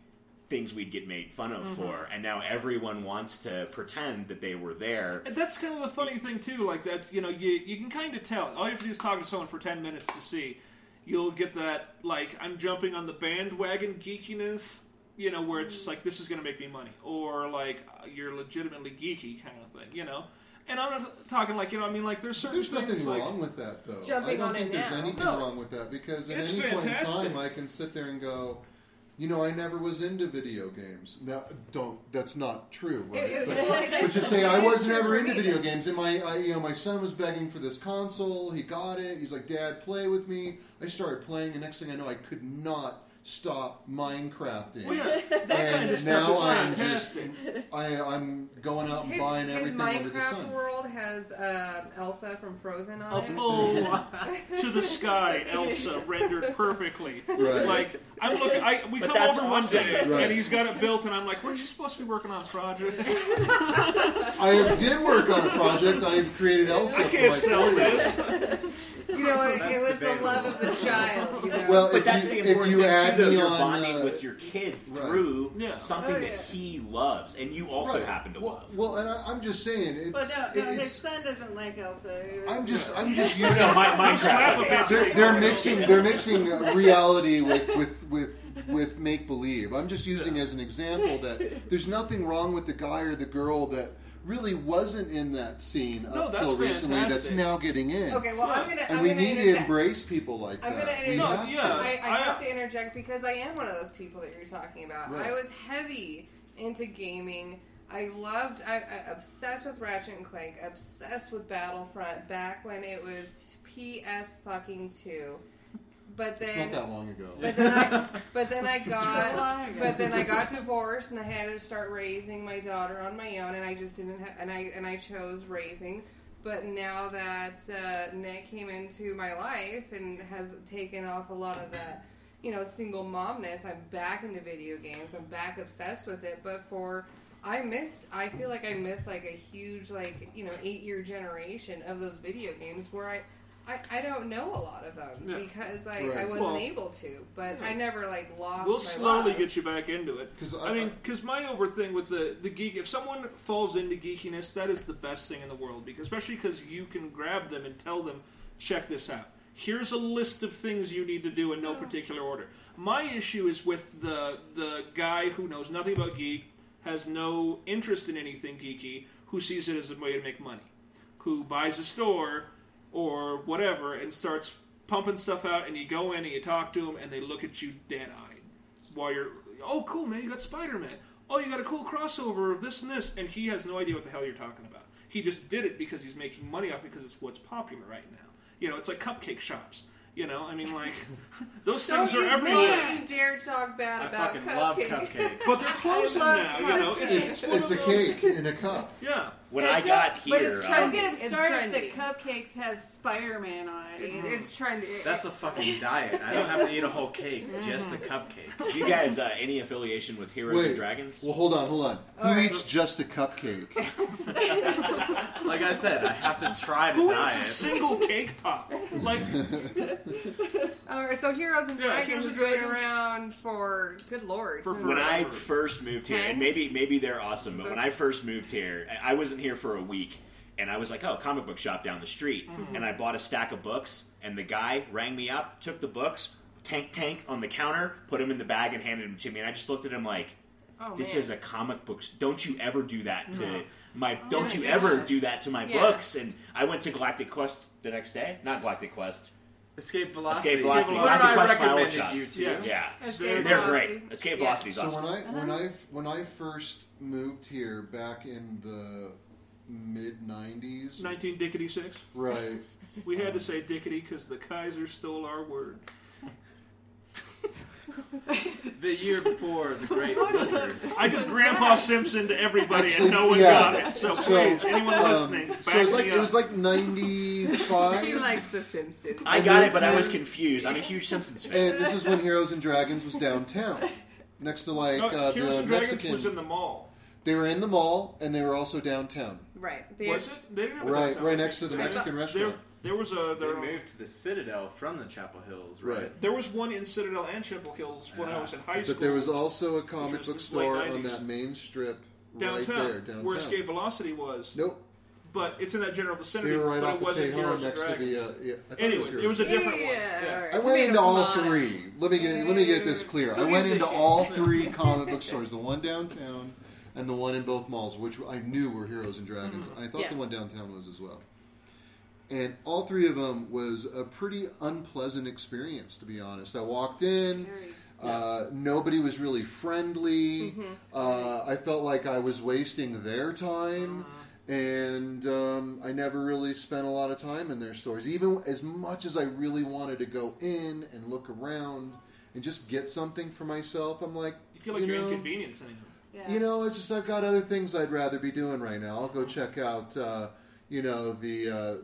things we'd get made fun of for and now everyone wants to pretend that they were there.
And that's kind of the funny thing too. Like that's you know you you can kind of tell. All you have to do is talk to someone for ten minutes to see. You'll get that like I'm jumping on the bandwagon geekiness. You know where it's just like this is going to make me money, or like you're legitimately geeky kind of thing. You know, and I'm not talking like you know. I mean like there's certain
There's
things
nothing
like
wrong with that, though.
Jumping
I don't
on it
think there's
now.
anything
No.
wrong with that because at
It's
any point
fantastic.
in time, I can sit there and go, you know, I never was into video games. Now, don't. That's not true, right?
It- it-
But-
well, [LAUGHS] I guess
but just say
it
I
is
was
true
never
for
into
me
video
then.
games, and my I, you know my son was begging for this console. He got it. He's like, Dad, play with me. I started playing, and next thing I know, I could not stop Minecrafting.
Well,
[LAUGHS]
yeah, that kind
And
of stuff
now
is
I'm
fantastic.
I, I'm going out and
His,
buying
his
everything under the
Minecraft
sun.
world has um, Elsa from Frozen on
A
it.
full [LAUGHS] to the sky Elsa rendered perfectly.
Right.
Like I'm looking. I, we
But
come
that's
over one
awesome.
day
Right.
and he's got it built, and I'm like, "Weren't you supposed to be working on
[LAUGHS]
projects?"
I did work on a project. I created Elsa.
I
for
can't
my
sell
career.
this.
You
[LAUGHS]
know, it,
That's
it was the
debatable.
love of the child. You know?
Well,
But
if
that's
you,
the important
if you
thing
add
too, though.
me
You're
on,
bonding
uh,
with your kid
right.
through
Yeah.
something
Oh,
that
yeah.
he loves, and you also
right.
happen to
well,
love.
Well, and I, I'm just saying, it's,
Well, no, no,
it-
his
it's
son doesn't like Elsa. It was-
I'm just, I'm just using.
[LAUGHS] No, my, my
Slap a bitch.
they're, they're mixing, they're mixing uh, reality with with with with make believe. I'm just using as an example that there's nothing wrong with the guy or the girl that really wasn't in that scene
No,
up
that's
till recently. That's
fantastic.
now getting in,
okay, well, I'm gonna.
and
I'm
we
gonna
need to
interject.
embrace people like
I'm
that.
gonna
we
interject.
have
No,
to.
yeah.
I, I
I-
have to interject because I am one of those people that you're talking about.
Right.
I was heavy into gaming. I loved, I, I obsessed with Ratchet and Clank, obsessed with Battlefront back when it was PS fucking two. but
It's
then
not that long ago.
but then
[LAUGHS]
I but then I got
So long
[LAUGHS]
ago.
but then I got divorced and I had to start raising my daughter on my own, and I just didn't have, and I and I chose raising. But now that uh, Nick came into my life and has taken off a lot of that, you know, single momness, I'm back into video games. I'm back obsessed with it. But for I missed. I feel like I missed like a huge like you know eight year generation of those video games where I. I, I don't know a lot of them
Yeah.
because I, I
Right.
wasn't
Well,
able to, but
yeah.
I never like lost.
We'll
my
slowly
love.
get you back into it.
'Cause I-
I, mean, because my over thing with the the geek, if someone falls into geekiness, that is the best thing in the world. Because especially because you can grab them and tell them, check this out. Here's a list of things you need to do in no particular order. My issue is with the the guy who knows nothing about geek, has no interest in anything geeky, who sees it as a way to make money, who buys a store or whatever and starts pumping stuff out, and you go in and you talk to them, and they look at you dead eyed while you're oh cool man you got spider-man oh you got a cool crossover of this and this and he has no idea what the hell you're talking about he just did it because he's making money off it because it's what's popular right now you know it's like cupcake shops you know i mean like [LAUGHS] those
Don't
things are
you
everywhere
dare- dare talk bad
I
about
fucking
cupcakes.
love cupcakes.
but they're closing
love
now you know it's,
it's,
it's, one
it's
of
a
those-
cake in a cup.
yeah
When
It
I
does-
got
but
here,
it's
Don't
um,
trendy.
get him
It's
started
trendy.
that Cupcakes has Spider-Man on it.
It-
you know.
It's trendy.
That's a fucking diet. I don't have to eat a whole cake,
Mm-hmm.
just a cupcake.
do you guys uh, any affiliation with Heroes
Wait.
and Dragons?
Well, hold on, hold on. Who
All right.
eats just a cupcake?
Like I said, I have to try to
who eats a
diet.
single cake pop like [LAUGHS]
All right, Uh, so Heroes and
Yeah,
Dragons
Heroes
has
and
been
Dragons.
around for good lord.
For
since-
when I
forever.
first moved here,
Ten?
and maybe maybe they're awesome, but
Uh-huh. So-
when I first moved here, I I wasn't here for a week, and I was like, oh, comic book shop down the street,
Mm-hmm.
and I bought a stack of books, and the guy rang me up, took the books, tank tank on the counter, put them in the bag, and handed them to me, and I just looked at him like,
oh,
this
man.
is a comic book. s- Don't you ever do that to my?
Oh,
man,
Don't you
yes.
ever do that to my
Yeah.
books? And I went to Galactic Quest the next day. Not Galactic Quest.
Escape velocity.
Escape velocity.
What did I
Quest my old
recommended
shop.
you to?
Yeah.
Yeah,
Escape
and they're
Velocity.
great. Escape
Yeah.
Velocity's
So
awesome.
when I when I when I first moved here back in the mid '90s,
19 dickety six
right?
we had to say dickety because the kaiser stole our word
The year before
[LAUGHS]
the Great Blizzard.
I just Grandpa Simpson to everybody,
Actually,
[LAUGHS] and no one
yeah.
got it. So,
So,
please, anyone
um,
listening, back
so it was like
me
it was
up.
like
[LAUGHS]
He
'95,
likes The Simpsons.
I got it, but I was confused. I'm a huge Simpsons fan.
and this is
[LAUGHS]
when Heroes and Dragons was downtown, next to like
no,
uh,
Heroes
the
and Dragons
Mexican.
was in the mall.
they were in the mall, and they were also downtown,
right. They
Was it? They didn't have a
right?
downtown.
Right next to the
I thought-
Mexican
There,
restaurant.
there was a
They
there,
moved to the Citadel from the Chapel Hills,
Right.
right?
there was one in Citadel and Chapel Hills when I
Yeah.
was in high school.
But there was also a comic
was
book
late
store on
90s.
that main strip right
downtown,
there, downtown.
where Escape Velocity was.
Nope,
But it's in that general
they
vicinity.
were right
but
off
it
the
wasn't
Tejon
Heroes
next
and
to the.
Dragons.
Uh, yeah, I thought it was
anyway,
Heroes.
it was a
Yeah,
different
yeah,
one.
all right.
I went
Tomato,
into all
tomato.
[LAUGHS]
three. Let me get let me get this clear. I
Who
went
gives a
into
shit? [LAUGHS]
all three comic book stores: the one downtown and the one in both malls, which I knew were Heroes and Dragons. I thought
Mm-hmm. Yeah.
the one downtown was as well. And all three of them was a pretty unpleasant experience, to be honest. I walked in.
Very-
Uh, nobody was really friendly.
Mm-hmm.
Uh, I felt like I was wasting their time, and um, I never really spent a lot of time in their stores. Even as much as I really wanted to go in and look around and just get something for myself, I'm like,
You feel like
You
you are
know- [LAUGHS]
inconveniencing him.
yeah.
you know, it's just I've got other things I'd rather be doing right now. I'll
Uh-huh.
go check out, uh, you know, the. Uh,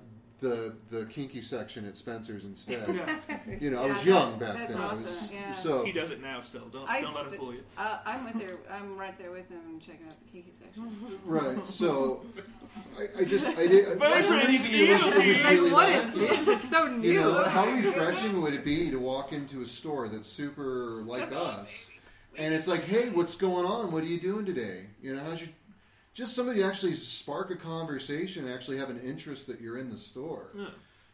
the, the kinky section at Spencer's instead.
[LAUGHS] Yeah.
You know, I
Yeah,
was
that-
young back
that's
then. I
awesome,
was-
yeah.
So
He does it now still. Don't,
I
don't let him
st-
fool you.
Uh, I'm with her. I'm right there with him checking out the Kiki section.
Right.
[LAUGHS]
So I, I just I did.
Very
for some
nice
reason, it was, it
deal,
was
dude.
Like,
really
what
nice.
is this? It's so new.
You know, how refreshing would it be to walk into a store that's super like us, and it's like, hey, what's going on? What are you doing today? You know, how's your just somebody actually spark a conversation, actually have an interest that you're in the store.
Yeah.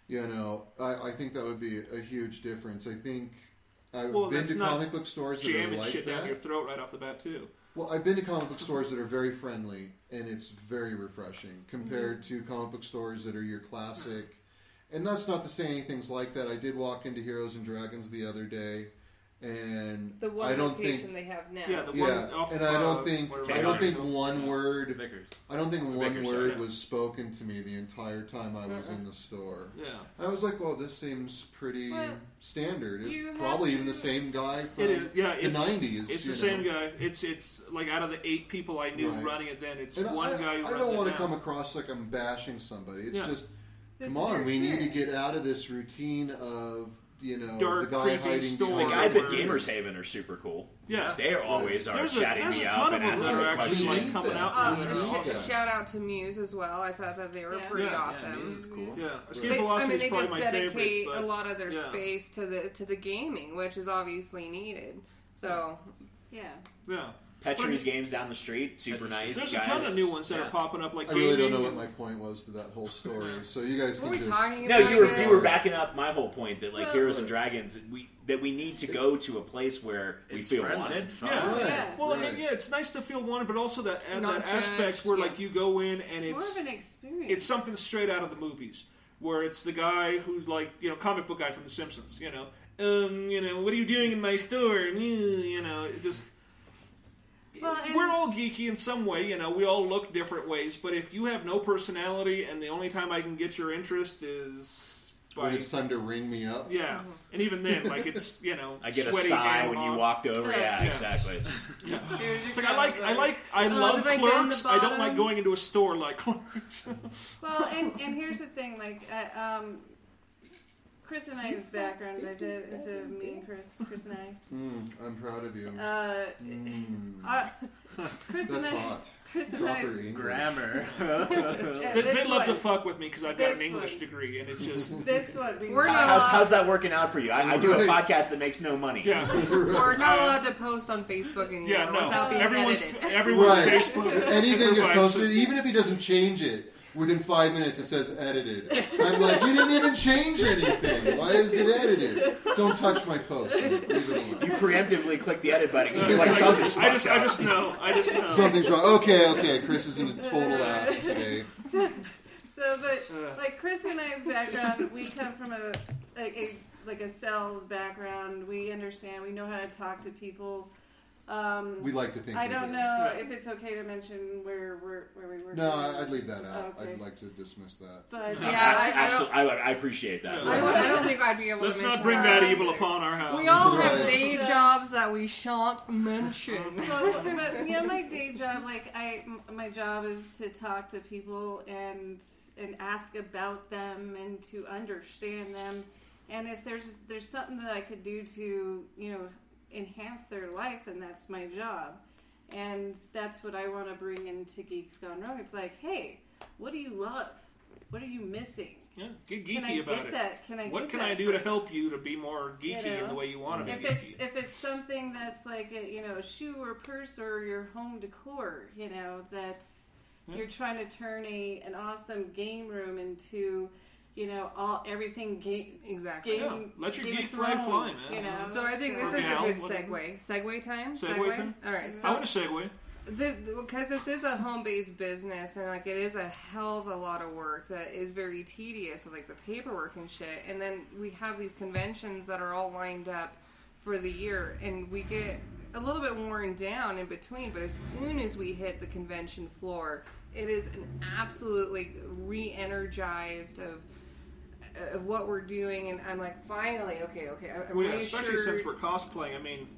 You know, I, I think that would be a huge difference. I think I've
Well,
been
that's
to
not
comic book stores that are
Jamming
like
shit
that.
down your throat right off the bat too.
Well, I've been to comic book stores that are very friendly, and it's very refreshing compared
Mm-hmm.
to comic book stores that are your classic. And that's not to say anything's like that. I did walk into Heroes and Dragons the other day, and
The one
I don't
location
think
they have now.
Yeah, the one
yeah,
off
and I don't
uh,
think
where-
I don't think
Taylor's.
one word
Vickers.
I don't think one
Vickers,
word
yeah.
was spoken to me the entire time I was
Uh-uh.
in the store.
Yeah,
I was like, well, this seems pretty
Well,
standard.
you have
It's probably even
to-
the same guy from
it is. Yeah,
the
it's
nineties.
It's the same guy. It's it's like out of the eight people I knew
Right.
running it, then it's
And
one
I,
guy who
I
runs
don't
it
want to
now.
come across like I'm bashing somebody. It's
Yeah.
just
This
come
is
on,
your
we need to
experience.
get out of this routine of you know
Dark,
the guy
creepy
hiding
store.
The
behind
guys
the
at
curtain.
Gamers Haven are super cool.
Yeah.
They are always are
There's a-
chatting
there's
me
a
up
ton
and
of
asking
them
me
that are actually,
questions.
like,
Yeah. coming out
Um,
Yeah.
and
Yeah.
sh- Shout out to Muse as well. I thought that they were
Yeah.
pretty
Yeah, yeah,
awesome.
Muse is cool.
Yeah, Escape
They,
Velocity
I mean,
is
they
probably
just
my
dedicate
favorite. but-
a lot of their
yeah.
space to the to the gaming, which is obviously needed. So
Yeah.
yeah,
Petrie's games down the street, super
Petrie's
nice
there's a
guys.
ton of new ones that
Yeah.
are popping up. Like
I really don't
gaming
know what
and-
my point was to that whole story.
[LAUGHS]
So you guys
what
can
were we
just
talking
No,
about?
you were
again?
you were backing up my whole point that like
Well-
Heroes and Dragons that we that we need to go to a place where we
It's
feel
friendly.
wanted. Oh,
Fun.
Yeah.
Right,
Well, I
right.
mean, yeah, it's nice to feel wanted, but also that and that
Not
aspect
judged,
where
yeah.
like you go in and
More
it's
of an experience.
it's something straight out of the movies, where it's the guy who's like you know comic book guy from The Simpsons, you know, um, you know, what are you doing in my store? And, eh, You know, it just
Well, and-
we're all geeky in some way, you know, we all look different ways. But if you have no personality and the only time I can get your interest is
when
by
it's time to ring me up.
yeah, and even then, like it's you know,
[LAUGHS] I get a
sweaty
sigh
hand
when you
on.
walked over.
Yeah.
Yeah,
Yeah.
exactly.
It's like I like, I like, I
Oh,
love
it's like down
clerks.
the
I don't like
bottoms.
going into a store like [LAUGHS] clerks.
Well, and, and here's the thing, like, uh, um, Chris and I's background is a, is a me and Chris, Chris and
Mm, I'm proud of you.
I. Uh,
Mm,
uh, Chris and
that's
I.
hot.
Chris and I.
Proper English.
[LAUGHS]
Grammar.
Yeah,
they,
this
they love to
one.
fuck with me because I've got an
This
English
one.
degree, and
[LAUGHS]
it's just
This one. We
We're
How-
not
how's
allowed-
how's that working out for you? I,
[LAUGHS]
I do a
Right.
podcast that makes no money.
uh, yeah,
We're not
Uh,
allowed to post on Facebook anymore
yeah. No,
without being
everyone's [LAUGHS]
edited.
everyone's
Right.
Facebook.
If anything is
provides
posted,
it.
even if he doesn't change it, within five minutes it says edited. I'm like, you didn't even change anything. Why is it edited? Don't touch my post. Leave it alone.
You preemptively click the
[LAUGHS]
edit button. You're
I
like
just-
something's
I just,
fucked
I
up."
just know, I just know.
Something's wrong. Okay, okay. Chris is in a total ass today.
[LAUGHS] so, so but
Uh.
like Chris and I's background, we come from a like a like a sales background. We understand. We know how to talk to people. Um,
We like to think.
I
we
don't
do.
know
Yeah.
if it's okay to mention where where where we work.
No,
from.
I- I'd leave that out.
Okay.
I'd like to dismiss that.
But [LAUGHS]
Yeah,
I,
I- I
absolutely, I, I appreciate that.
Yeah.
I, would- I don't think I'd be able
Let's
to.
not
mention
bring that evil
either.
upon our house.
We all have
Right.
day jobs that we shan't mention.
Well, but you know, my day job, like I, m- my job is to talk to people and and ask about them and to understand them, and if there's there's something that I could do to you know enhance their life, then that's my job, and that's what I want to bring into Geeks Gone Wrong. It's like, hey, what do you love? What are you missing?
yeah, get
Can I
geeky
get
about it.
that? Can I?
what
get
can
that
I do to
for you?
help you to be more geeky
You know?
in the way you want to
If
be?
it's
geeky?
if it's something that's like a, you know a shoe or purse or your home decor, you know that's
Yeah.
you're trying to turn a an awesome game room into you know all everything game
Exactly.
game.
Yeah, let your
Game of
geek flag fly,
Thrones,
man.
You know,
So I think this is
Or now,
a good
whatever.
segue. Segue time.
Segue time?
All
I
right. So
want to segue.
because this is a home-based business and like it is a hell of a lot of work that is very tedious with like the paperwork and shit and then we have these conventions that are all lined up for the year and we get a little bit worn down in between but as soon as we hit the convention floor it is an absolutely re-energized of of what we're doing and i'm like finally okay okay I- i'm
Well, yeah,
reassured.
especially since we're cosplaying. I mean,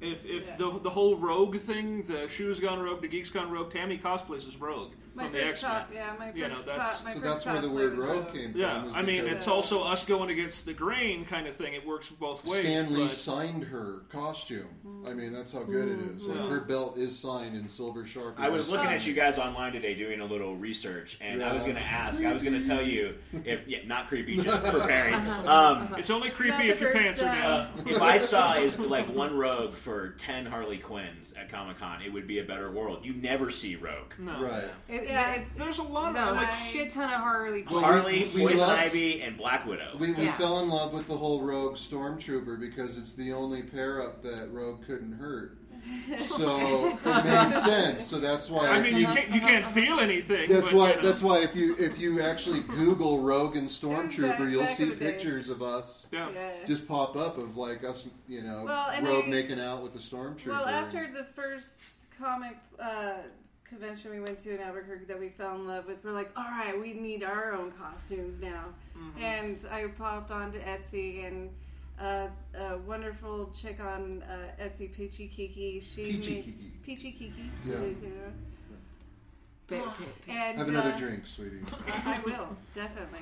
if if
Yeah.
the the whole Rogue thing, the shoes gone rogue, the geeks gone rogue, Tammy cosplays as Rogue
my
from the
first
X
co-
Men.
yeah, my first
You know,
co-
that's-
my
So
first
that's where the
cosplay
word
was
rogue
rogue.
came from.
Yeah,
was
I mean,
because
it's also us going against the grain kind of thing. It works both ways.
Stan Lee
but-
signed her costume. I mean, that's how good it is. Like
Yeah.
her belt is signed in silver sharpie.
I was looking at you guys online today doing a little research, and I was
Yeah.
going to ask. I was going to tell you if yeah, not creepy,
[LAUGHS]
just preparing. Um,
It's only
not
creepy
the
if your
first
pants are
time.
down.
uh, if I saw is like one rogue for ten Harley Quinns at Comic Con, it would be a better world. You never see rogue.
No,
Right.
It-
Yeah.
it's,
There's a lot
no,
of
a
like,
I-
shit ton of harley
Well,
Harley,
we- we
Poison
loved-
Ivy, and Black Widow.
We, we
Yeah.
fell
[LAUGHS]
in love with the whole Rogue Stormtrooper because it's the only pair up that Rogue couldn't hurt. so it made sense. So that's why
I
if
mean,
you-
you
Uh-huh.
can't you can't feel anything.
That's
but,
why.
you know.
That's why if you if you actually Google Rogue and Stormtrooper,
It was back-
you'll
back
see
in the days.
pictures of us
Yeah.
Yeah.
just pop up of like us, you know,
Well, and
Rogue
I-
making out with the Stormtrooper.
Well, after the first comic uh, convention we went to in Albuquerque that we fell in love with, we're like, all right, we need our own costumes now.
Mm-hmm.
And I popped onto Etsy and. Uh, a wonderful chick on uh, Etsy, Peachy Kiki. She
Peachy
made-
Kiki.
Peachy Kiki.
Yeah.
Did I say that right?
Bit- bit-
And,
have another
uh,
drink, sweetie.
I will definitely.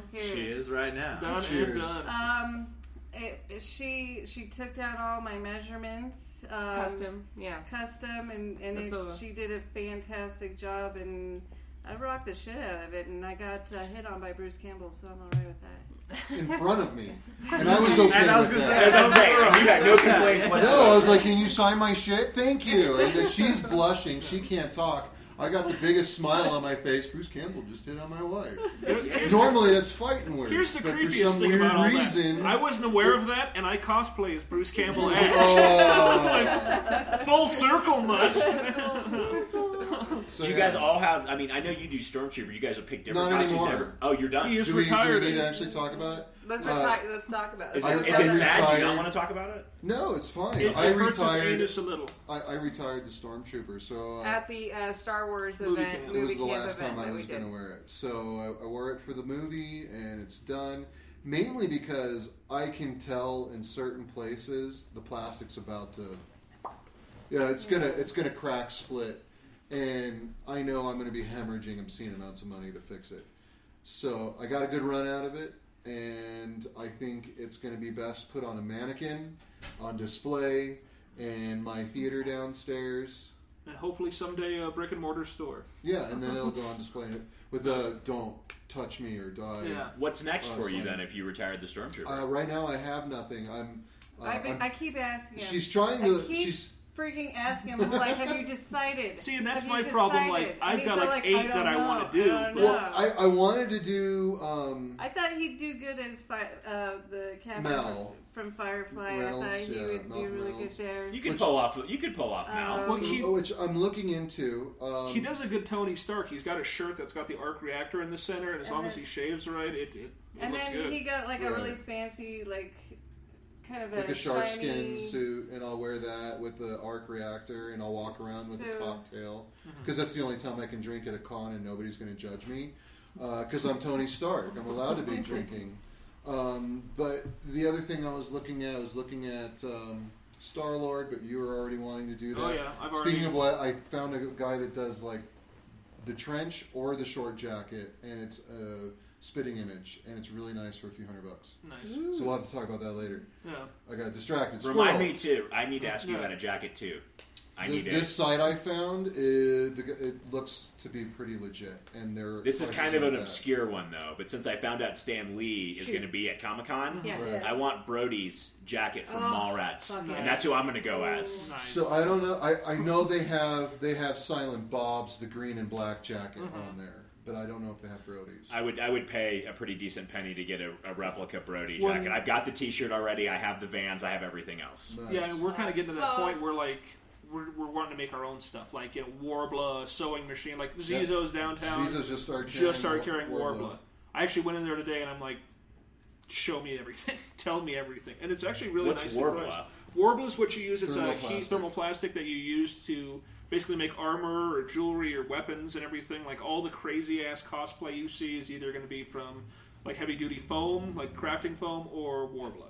[LAUGHS]
Here.
[LAUGHS] She is right now.
Done and
Cheers.
done.
Um, it, she she took down all my measurements. Um,
Custom, yeah.
custom, and and
That's
it's,
a-
she did a fantastic job, and I rocked the shit out of it, and I got uh, hit on by Bruce Campbell, so I'm alright with that. [LAUGHS]
in front of me, and I was okay.
And I was
with
gonna
that.
say-
As
[LAUGHS]
I'm saying, you got no complaints
No, I
whatsoever.
was
[LAUGHS]
like, "Can you sign my shit? Thank you." And then she's blushing; she can't talk. I got the biggest smile on my face. Bruce Campbell just hit on my wife.
Here's the-
Normally, that's fighting words.
Here's the
but for
creepiest
some
thing
weird
about all
reason,
that. I [LAUGHS] wasn't aware of that, and I cosplay as Bruce Campbell Ash.
[LAUGHS] Oh.
Full circle, much.
So,
Do you
yeah.
guys all have? I mean, I know you do Stormtrooper. You guys will pick different
Not
costumes
anymore.
ever. Oh, you're done.
He is
do we, do we
retired.
need to actually talk about it?
Let's
Uh,
retire. let's talk about
Is
I-
it, is
Let's talk
it
I
about
sad? Do you
retired.
not want to talk about it?
No, it's fine.
It, it
I
hurts his
retired.
anus a little.
I, I retired the stormtrooper, so uh,
At the uh, Star Wars
Movie
event,
camp.
it
movie
was the
camp
last
event
time I
that we
was
did.
going to wear it. So I, I wore it for the movie, and it's done. Mainly because I can tell in certain places the plastic's about to, you know, it's gonna it's gonna crack, split, and I know I'm gonna be hemorrhaging obscene amounts of money to fix it. So I got a good run out of it, and I think it's going to be best put on a mannequin, on display, in my theater downstairs.
And hopefully someday a brick and mortar store.
Yeah, and then it'll go on display with the "Don't touch me or die."
Yeah.
What's next
Oh,
for you
sorry.
then? If you retired the Stormtrooper,
Uh, right now, I have nothing. I'm. Uh,
I've been,
I'm-
I keep asking him.
she's trying
I
to.
keep-
She's.
freaking asking him, I'm like, have you decided?
[LAUGHS]
See, and that's
Have you
my problem.
decided?
Like,
And
I've
he's
got
all
like, eight
I don't
that I
know,
want to do.
I, don't
but-
know.
Well, I, I wanted to do. Um,
I thought he'd do good as fi- uh, the captain
Mel.
from Firefly. I
Reynolds,
thought he
yeah,
would be
Malcolm
really
Reynolds.
good there.
you could
which-
pull off. You could pull off Mal.
Uh,
Um,
Well, he-
which I'm looking into. Um,
He does a good Tony Stark. He's got a shirt that's got the arc reactor in the center, and as
And
long
then-
as he shaves right, it, it, it
and
looks
then
good.
he got like a
Right.
really fancy, like kind of
like a shark
shiny-
skin suit, and I'll wear that with the arc reactor, and I'll walk around with
So-
a cocktail
Mm-hmm.
because that's the only time I can drink at a con, and nobody's going to judge me because I'm Tony Stark. I'm allowed
[LAUGHS]
to be drinking. Um, but the other thing I was looking at I was looking at um, Star Lord, but you were already wanting to do that.
Oh yeah, I've
Speaking
already.
of what, I found a guy that does like the trench or the short jacket, and it's a spitting image, and it's really nice for a few hundred bucks.
nice.
So we'll have to talk about that later.
Yeah.
I got distracted.
Remind
Squirrel.
me too. I need to ask you
Yeah.
about a jacket too. I
Th-
need to.
this site I found. Is, the, g- it looks to be pretty legit, and they're
This is kind
prices
of an
on that.
obscure one though. But since I found out Stan Lee is
Shoot.
going to be at Comic Con,
Yeah.
Right.
I want Brody's jacket from
Oh,
Mallrats,
fuck
and
yeah.
that's who I'm going to go as.
Nice.
So I don't know. I, I know they have they have Silent Bob's the green and black jacket
Mm-hmm.
on there, but I don't know if they have Brody's.
I would I would pay a pretty decent penny to get a, a replica Brody
Well-
jacket. I've got the T-shirt already. I have the Vans. I have everything else.
Nice.
Yeah, and we're kind of getting to that
Uh,
point where like we're, we're wanting to make our own stuff, like you know, Warbler, sewing machine, like Zizo's downtown.
Jesus just started
just started carrying Warbler.
Warbler.
I actually went in there today and I'm like, show me everything, [LAUGHS] tell me everything, and it's actually really
What's
nice.
Warbler?
Warbler is what you use. It's a heat
Thermoplastic.
thermoplastic that you use to basically make armor or jewelry or weapons and everything. Like all the crazy ass cosplay you see is either going to be from like heavy duty foam, like crafting foam, or Warbler.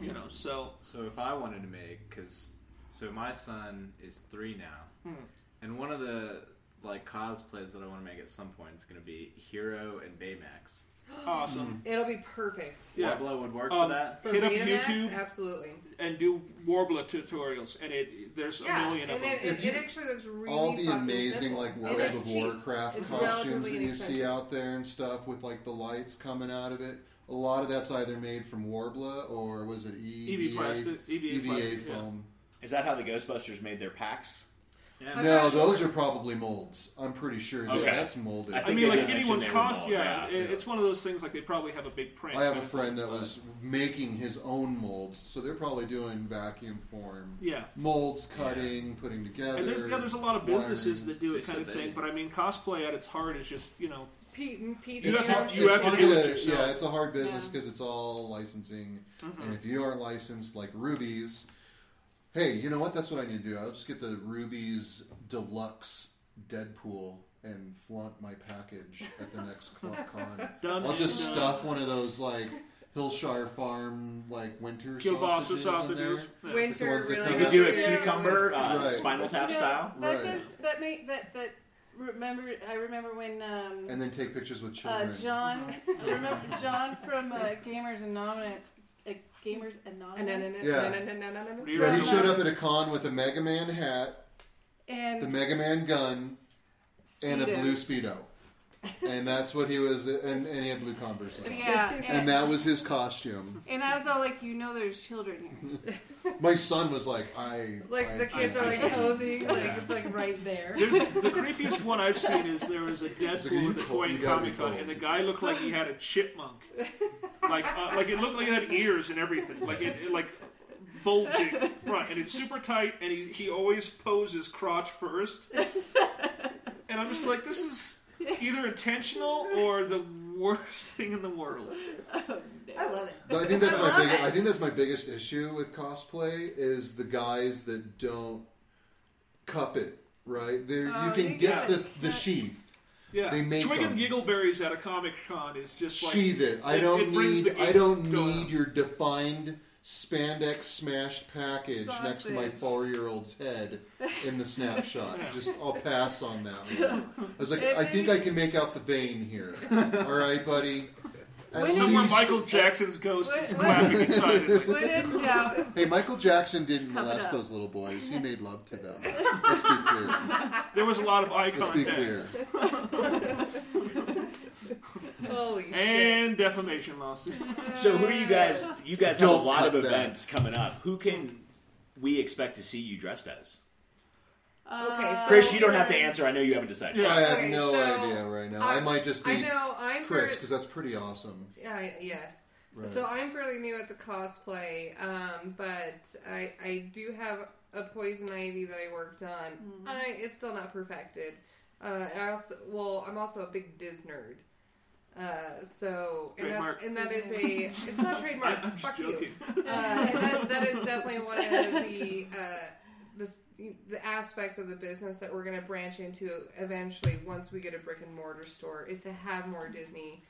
You know, so
So if I wanted to make, because so my son is three now,
Hmm.
and one of the like cosplays that I want to make at some point is going to be Hero and Baymax.
awesome.
It'll be perfect.
Yeah.
Warbler would work
Um,
for that.
For
Hit up
Betamax,
YouTube.
Absolutely.
Mm.
and do Warbler tutorials, and it there's a
yeah,
million of
and
them.
it, it,
If you-
it actually looks really
all the
fucking
amazing
simple.
like
And
World
it's
of
cheap.
Warcraft
It's
costumes
relatively
that you see
inexpensive.
out there and stuff with like the lights coming out of it. A lot of that's either made from Warbler or was it E EVA,
EV E plastic, EVA,
EVA
plastic, yeah.
E foam.
Is that how the Ghostbusters made their packs? Yeah.
I'm
no,
not
those
sure.
are probably molds. I'm pretty sure.
Okay.
Yeah, that's molded.
I
I,
think
I mean,
they
like
did
anyone
mention they were
cost,
molded,
yeah,
yeah.
it- it's one of those things. Like they probably have a big print.
have a
kind of-
friend that was making his own molds, so they're probably doing vacuum form
Yeah,
molds, cutting, putting together.
and there's yeah, there's a lot of businesses
wiring.
that do
They
it kind
said
of
they
thing.
did.
But I mean, cosplay at its heart is just you know
P- PC
You have to-
It's
you have to
hard
do it yourself.
Yeah, it's a hard business
Yeah.
because it's all licensing, and if you aren't licensed, like Ruby's, hey, you know what? That's what I need to do. I'll just get the Ruby's deluxe Deadpool and flaunt my package at the
[LAUGHS]
next Club Con.
done.
I'll just
in, uh,
stuff one of those like Hillshire Farm like winter sausages, in
kielbasa sausages.
there.
Yeah.
The
Winter
ones that
really.
come out.
You could do a
wants to-
cucumber, uh,
Right.
spinal
You
tap
know,
style.
That
Right.
just that made that that remember. I remember when um,
and then take pictures with
uh,
children.
John. I remember John from uh, Gamers Anonymous. Uh, Gamers Anonymous.
Anonymous-
Yeah.
anonymous-
Yeah,
yeah, he showed up at a con with a Mega Man hat,
And
the Mega Man gun, and a
Speedos.
blue speedo, and that's what he was. And, and he had blue Converse.
[LAUGHS]
On.
Yeah,
And
and,
that was his costume.
and I was all like, you know, there's children here.
My son was Mhm. like, I I-
Like the kids
I-
are
I-
like "Oh." posing, like it's like
[LAUGHS]
right there.
There's the creepiest one I've seen is there was a
like, you
Deadpool at the
cold-
Toy
you
and
gotta be
Comic Con,
cold.
and the guy looked like he had a chipmunk, like uh, like it looked like it had ears and everything, like it, it like bulging front, and it's super tight, and he, he always poses crotch first, and I'm just like this is either intentional or the worst thing in the world.
Oh,
I love it.
But I think that's
I
my
love
big,
it.
I think that's my biggest issue with cosplay is the guys that don't cup it right. There, you
Oh,
can
you
get
gotta
the the
cut-
sheath,
Yeah,
They make
Twig
them.
and Giggleberries at a Comic Con is just like
sheathe it. I
it-
don't
it brings
need
the
I don't
gig going
need
on.
your defined spandex smashed package next to my
Sausage.
four year old's head in the
[LAUGHS]
snapshot. Just I'll pass on that. One. I was like,
If
I think
they-
I can make out the vein
[LAUGHS]
here. All right, buddy. At
somewhere
least-
Michael Jackson's ghost is
Wait, wait.
clapping excitedly.
When in doubt,
Hey, Michael Jackson didn't
Cup it
molest
up.
those little boys. He made love to
[LAUGHS]
them. Let's be clear.
There was a lot of eye
Let's be
contact
clear.
[LAUGHS] Holy shit!
and defamation
[LAUGHS]
lawsuit.
So who are you guys? You guys have a
Don't
lot of
cut that.
events coming up. Who can we expect to see you dressed as?
Okay, so
Chris, you don't have to answer. I know you haven't decided.
I have
Okay,
no
so
idea right now. I,
I-
might just
I
be
know I'm
Chris
Chris.
because that's pretty awesome.
yes.
Right.
So I'm fairly new at the cosplay, um, but I I do have a poison ivy that I worked on. I it's still not perfected. Uh, and I also well, I'm also a big Diz nerd. Uh, so and
Trademark.
that's and that is a it's not trademark.
[LAUGHS] I'm just
Fuck you.
joking.
Uh, and that, that is definitely one of the uh, the, s- the aspects of the business that we're going to branch into eventually once we get a brick and mortar store is to have more Disney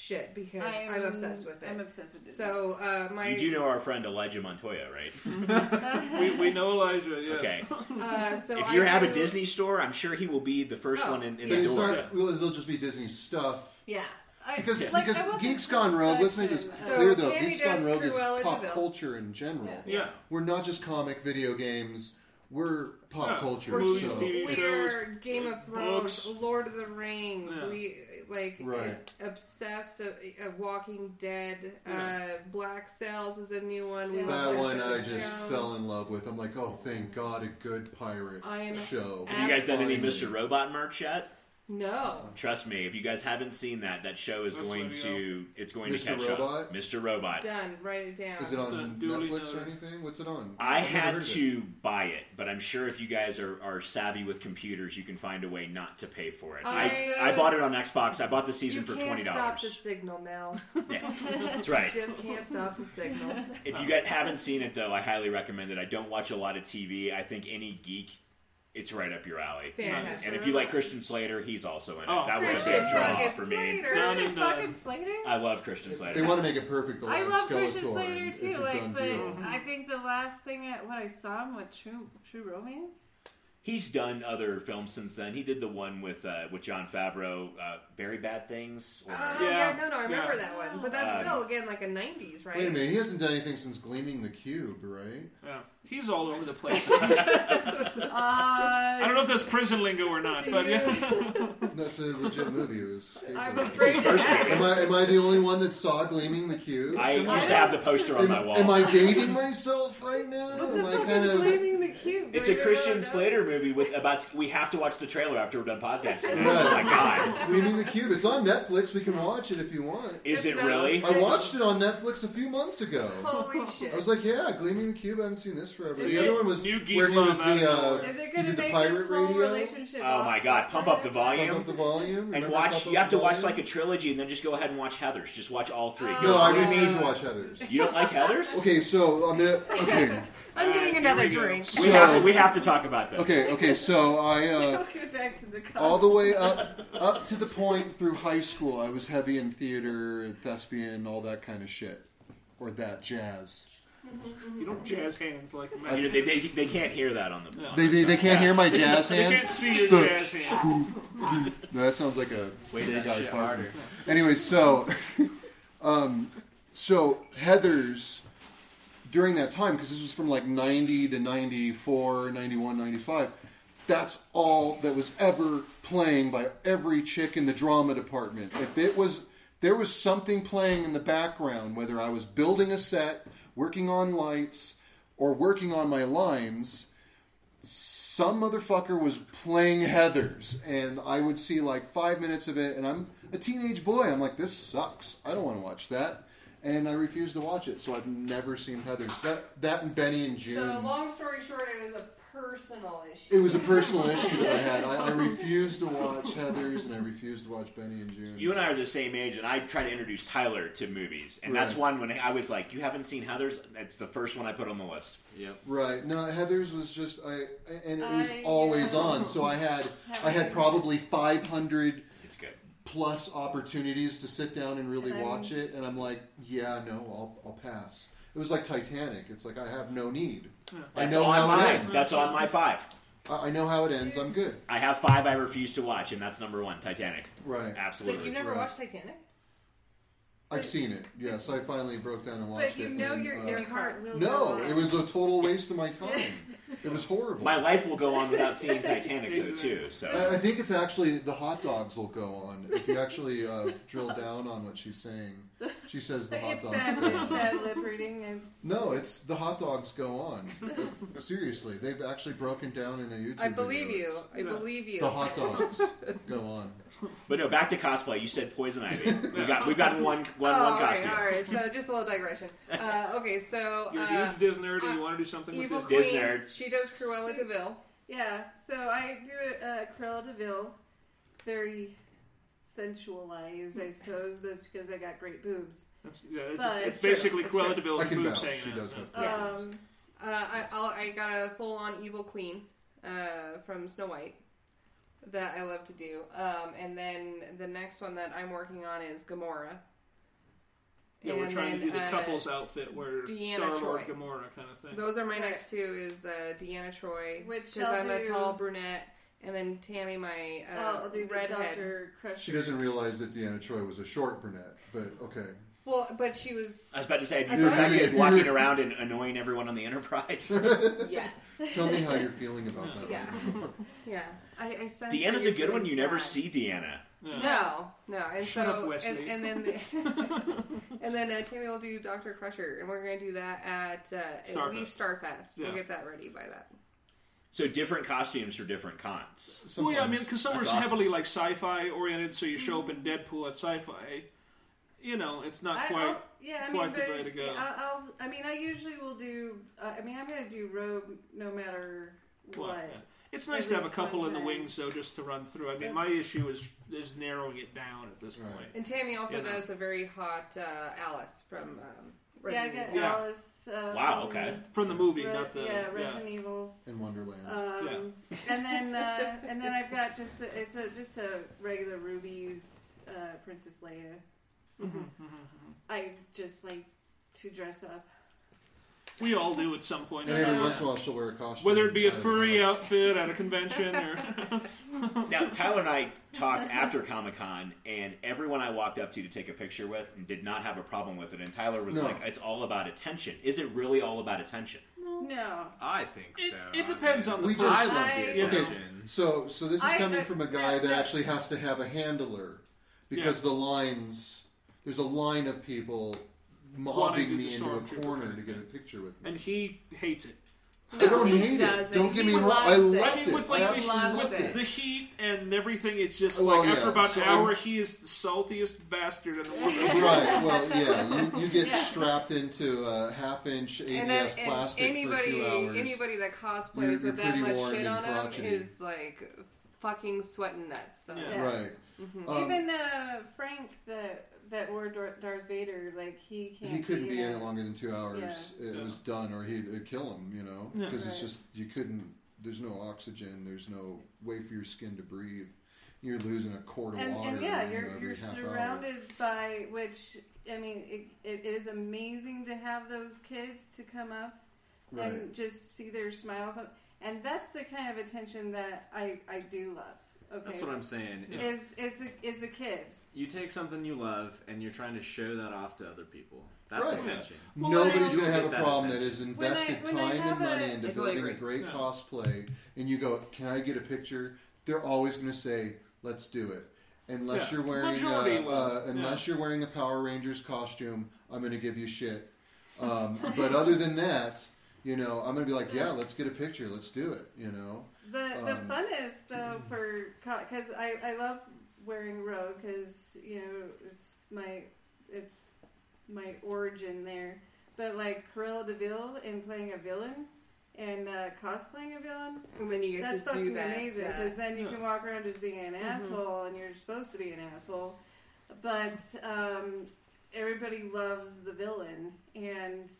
shit because I'm, obsessed with it.
I'm obsessed with it. [LAUGHS]
so uh, my
You do know our friend Elijah Montoya, right?
We, we know Elijah. Yes.
Okay.
uh, so
if
I
you have
do-
a Disney store, I'm sure he will be the first
Oh,
one in, in
But
the
it's
door.
not. Well, it'll just be Disney stuff.
yeah.
I,
Because
like, I
because
want
Geeks
this
Gone Rogue, let's make this
section.
So
clear though.
Tammy
Geeks Gone
does
Rogue is
Cruella de
pop
Vil.
culture in general.
Yeah.
We're not just comic video games. We're pop
Oh,
Yeah.
culture.
We're
so
movies, TV
We're Game of Thrones,
books.
Lord of the Rings.
Yeah.
We like uh,
Right.
obsessed of, of Walking Dead.
Yeah.
Uh, Black Sails is a new one. We
Yeah.
love
that one
Jessica
I just
Jones.
fell in love with. I'm like, oh, thank God, a good pirate
I am
show.
Have you guys done any
Finally.
Mr. Robot merch yet?
No.
Trust me, if you guys haven't seen that, that show is
That's
going
what I
to it's going
Mr.
to catch up.
Robot?
Mr. Robot.
Done. Write it down.
Is it on
The duly
Netflix or
noted.
anything? What's it on?
I
I've never heard
had
of it.
to buy it, but I'm sure if you guys are, are savvy with computers, you can find a way not to pay for it. I,
I-
I bought it on Xbox. I bought the
Oh. you
season for
can't
twenty
stop the
dollars.
signal, Mel. [LAUGHS]
Yeah, [LAUGHS] that's right.
You just can't stop
[LAUGHS]
the signal.
If you guys haven't seen it though, I highly recommend it. I don't watch a lot of TV. I think any geek, it's right up your alley.
Fantastic.
And if you like Christian Slater, he's also in it.
Oh,
that was a
Christian
big draw
fucking
for me.
Done
Slater.
Christian
and done.
fucking Slater?
I love Christian
They
Slater.
want to make it perfect. The
I
last
love
Skeletor.
Christian Slater
and
too,
It's a done
like, but
deal.
I think the last thing I, what I saw him with True True Romance.
He's done other films since then. He did the one with uh, with John Favreau, uh, Very Bad Things. Or,
Oh, yeah.
Yeah.
no, no, I remember
Yeah.
that one. But that's
Um,
still, again, like a 90s, right?
Wait
[LAUGHS]
a minute, he hasn't done anything since Gleaming the Cube, right?
Yeah. He's all over the
[LAUGHS]
place.
Uh,
I don't know if that's prison lingo or not, but yeah.
That's a legit movie. It was
[LAUGHS] I'm
am,
afraid.
I, am I the only one that saw Gleaming the Cube?
I
am,
used to have the poster on
am,
my wall.
am I dating myself right now?
What
am
the
I
fuck
kind
is
of
blaming the cube?
It's a
Right?
Christian Slater movie with about. We have to watch the trailer after we're done
[LAUGHS]
podcast. Oh my god,
We need the cube. It's on Netflix. We can watch it if you want.
is it
It's not-
really?
I watched it on Netflix a few months ago.
Holy
[LAUGHS]
shit.
I was like, yeah, Gleaming the Cube. I haven't seen this forever.
Is
the
it-
other one was
New geek
where he
love
was
out of
the uh,
nowhere.
Is it
he
going to
did the
make
pirate
this whole
radio?
relationship?
Oh my god, pump up the
Pump
volume
Up the volume
and
Remember Pump
watch.
Up
You have
the
to watch
Volume?
like a trilogy, and then just go ahead and watch Heather's. Just watch all three.
Oh.
You
No, I
don't-
refuse to watch Heather's.
You don't like Heather's?
Okay, so I'm gonna. Okay,
[LAUGHS]
All
I'm
right,
getting
here
another
we go.
drink.
We have to. We have to talk about this.
okay, okay. So I uh,
We'll get back to the cops.
all the way up up to the point through high school, I was heavy in theater, thespian, all that kind of shit, or that jazz.
[LAUGHS] You don't jazz hands like a
You know,
man.
they, they, they can't hear that on the.
No.
They they, they Oh, [LAUGHS] can't hear my
[LAUGHS]
jazz
They can't
hands.
see
[LAUGHS]
your jazz hands.
No, that sounds like a
Wait,
gay
that
guy
shit
farting.
harder.
Anyway, so [LAUGHS] um, so Heather's during that time because this was from like 90 to 94, 91, 95. That's all that was ever playing by every chick in the drama department. If it was there was something playing in the background whether I was building a set, working on lights, or working on my lines, some motherfucker was playing Heather's, and I would see like five minutes of it, and I'm a teenage boy. I'm like, this sucks. I don't want to watch that, and I refuse to watch it. So I've never seen Heather's. That that and Benny and June.
So, long story short, it was a personal issue.
it was a personal issue that I had. I, I refused to watch Heather's, and I refused to watch Benny and June.
You and I are the same age, and I try to introduce Tyler to movies, and that's
Right.
one when I was like, "You haven't seen Heather's?" That's the first one I put on the list.
Yep.
Right. No, Heather's was just I, and it was
I-
always on. So I had I had probably 500
It's good.
plus opportunities to sit down and really
And I'm-
watch it, and I'm like, yeah, no, I'll, I'll pass. It was like Titanic. It's like I have no need. I
That's
know
on
how it
mine.
ends.
That's on my five.
I, I know how it ends. I'm good.
I have five I refuse to watch, and that's number one, Titanic.
Right.
So,
Absolutely.
you've never
Right.
watched Titanic?
I've seen it. Yes, I finally broke down and watched
But you
it.
know
and,
your,
uh,
your heart will
no,
go on.
it was a total waste of
[LAUGHS]
my time. It was horrible.
my life will go on without seeing Titanic though too. So
I, I think it's actually the hot dogs will go on if you actually uh, drill down on what she's saying. She says the hot
It's
dogs.
bad,
go on.
bad lip reading. It's,
No, it's the hot dogs go on. [LAUGHS] Seriously, they've actually broken down in a YouTube.
I believe
video.
you.
It's
I believe you.
The hot dogs go
[LAUGHS]
on.
But no, back to cosplay. You said Poison Ivy. We've got we've gotten one one one
Oh, all right,
costume.
all right. So just a little digression. Uh, okay, so
You're a
uh,
huge Disney nerd, and you want to do something with
Evil
Disney.
Queen.
Disney nerd.
She does Cruella Deville.
yeah, so I do uh, Cruella Deville, very sensualized, I suppose. That's because I got great boobs.
That's, yeah, it's,
But-
it's
It's
true.
basically
It's
Cruella
true.
de Vil
I
with
can
boobs
vouch.
hanging
She
out.
does have.
Yes.
Um,
Uh, I I'll, I got a full on Evil Queen uh, from Snow White that I love to do. Um, and then the next one that I'm working on is Gamora.
Yeah, we're
And
trying to
then,
do the
uh,
couple's outfit where
Deanna
Star Lord
Troy.
Gamora kind of thing.
Those are my
Right.
next two is uh, Deanna Troy,
Which
because
I'll
I'm a
do- Oh,
tall brunette, and then Tammy, my uh,
I'll I'll do the
redhead.
Dr. Crusher.
She doesn't realize that Deanna Troy was a short brunette, but okay.
Well, but she was [LAUGHS]
I was about to say,
I
have you
thought-
affected
[LAUGHS]
walking around and annoying everyone on the Enterprise?
yes,
Tell me how you're feeling about that.
[LAUGHS]
yeah, yeah. I, I sense that
Deanna's
you're
a good one.
feeling
You never
sad.
see Deanna.
Yeah.
No, no, and
Shut
so
up,
and,
Wesley.
and
[LAUGHS]
then the, and then [LAUGHS] uh, Tammy will do Doctor Crusher, and we're gonna do that at uh,
Starfest.
at least Starfest. We'll
Yeah.
get that ready by that.
So different costumes for different cons.
Well, Oh, yeah, I
Sometimes.
mean, because summer's
That's awesome.
heavily like sci-fi oriented, so you show up in Deadpool at sci-fi. You know, it's not
Mm-hmm. I-
quite.
I'll- yeah, I mean,
quite the
but
way to go.
I'll, I'll, I mean, I usually will do. Uh, I mean, I'm going to do Rogue no matter
Well,
what.
yeah. It's nice
At
to have a
least one
couple in the
time.
wings, though, just to run through. I mean,
Yeah.
my issue is is narrowing it down at this
Right.
point.
And Tammy also
You know.
does a very hot uh, Alice from um,
Yeah, I
Resident
got
Evil.
Yeah.
Alice. Um,
Wow. Okay.
From the movie,
Re-
not the
yeah, Resident Evil.
in Wonderland.
Um, And then uh,
[LAUGHS]
and then I've got just a, it's a just a regular Ruby's uh, Princess Leia.
Mm-hmm.
Mm-hmm.
I just like to dress up.
We all do at some point.
and every once in a while, she'll wear a costume.
Whether it be a
out of the
furry
box.
outfit at a convention or
[LAUGHS]
[LAUGHS]
Now, Tyler and I talked after Comic Con, and everyone I walked up to to take a picture with did not have a problem with it. And Tyler was
No.
like, "It's all about attention. Is it really all about attention?"
No,
I think
It-
so.
it depends on the
We
person.
just-
I love
I-
the
you know.
attention.
So, so this is
I-
coming
I-
from a guy that
yeah.
actually has to have a handler because the lines there's a line of people
Wanting to
mobbing
do
me
the
into a
stormtrooper
corner
kind
to
of
get a
thing.
picture with me.
and he hates it.
I don't
he
hate it.
doesn't.
Don't get
He
me wrong. I
loves it.
loved
I
it.
mean, with
I
like
absolutely
loves
with,
loved
it.
with [LAUGHS] the heat and everything, it's just
Well,
like
yeah,
after about
so
an hour,
I'm-
he is the saltiest bastard in the world.
[LAUGHS] right. Well, yeah. You, you get
Yeah.
strapped into a half-inch ABS
And, then, and
plastic for
anybody,
two hours.
anybody that cosplays
You're- you're
with that
pretty
much
worn
shit
and
on him
crotchety.
is like fucking sweating nuts. So.
Yeah.
Right. Um,
Even uh, Frank, that that wore Dor- Darth Vader, like he can't.
he couldn't be
uh,
in it longer than two hours. It
Yeah.
was done, or he'd it'd kill him. You know,
Yeah.
because
Right.
it's just you couldn't. There's no oxygen. There's no way for your skin to breathe. You're losing a quart of
And,
water.
and
you
yeah,
know,
you're
every
you're
half hour.
surrounded by which I mean, it, it is amazing to have those kids to come up
Right.
and just see their smiles, on- and that's the kind of attention that I I do love. Okay,
That's what I'm saying.
is
It's,
is the is the kids.
you take something you love and you're trying to show that off to other people. That's
Right.
attention.
Well,
Nobody's
when
going
I-
to have a
Get that
problem that
attention.
has
When I-
invested
when I
time
have
and money
a-
into
I totally
building a
agree.
great
Yeah.
cosplay, and you go, "Can I get a picture?" They're always going to say, "Let's do it." Unless
Yeah.
you're wearing, uh,
Majority will.
uh, unless you're wearing a Power Rangers costume, I'm going to give you shit. Um, but other than that, you know, I'm going to be like, "Yeah, let's get a picture. Let's do it." You know,
The the
Um,
funnest though for because I I love wearing robe because you know it's my it's my origin there. But like Cruella Deville and playing a villain and uh, cosplaying a villain,
And then you get
that's
to do
fucking
that.
amazing
uh, Mm-hmm.
because then you
Yeah.
can walk around just being an asshole and you're supposed to be an asshole. But um, everybody loves the villain and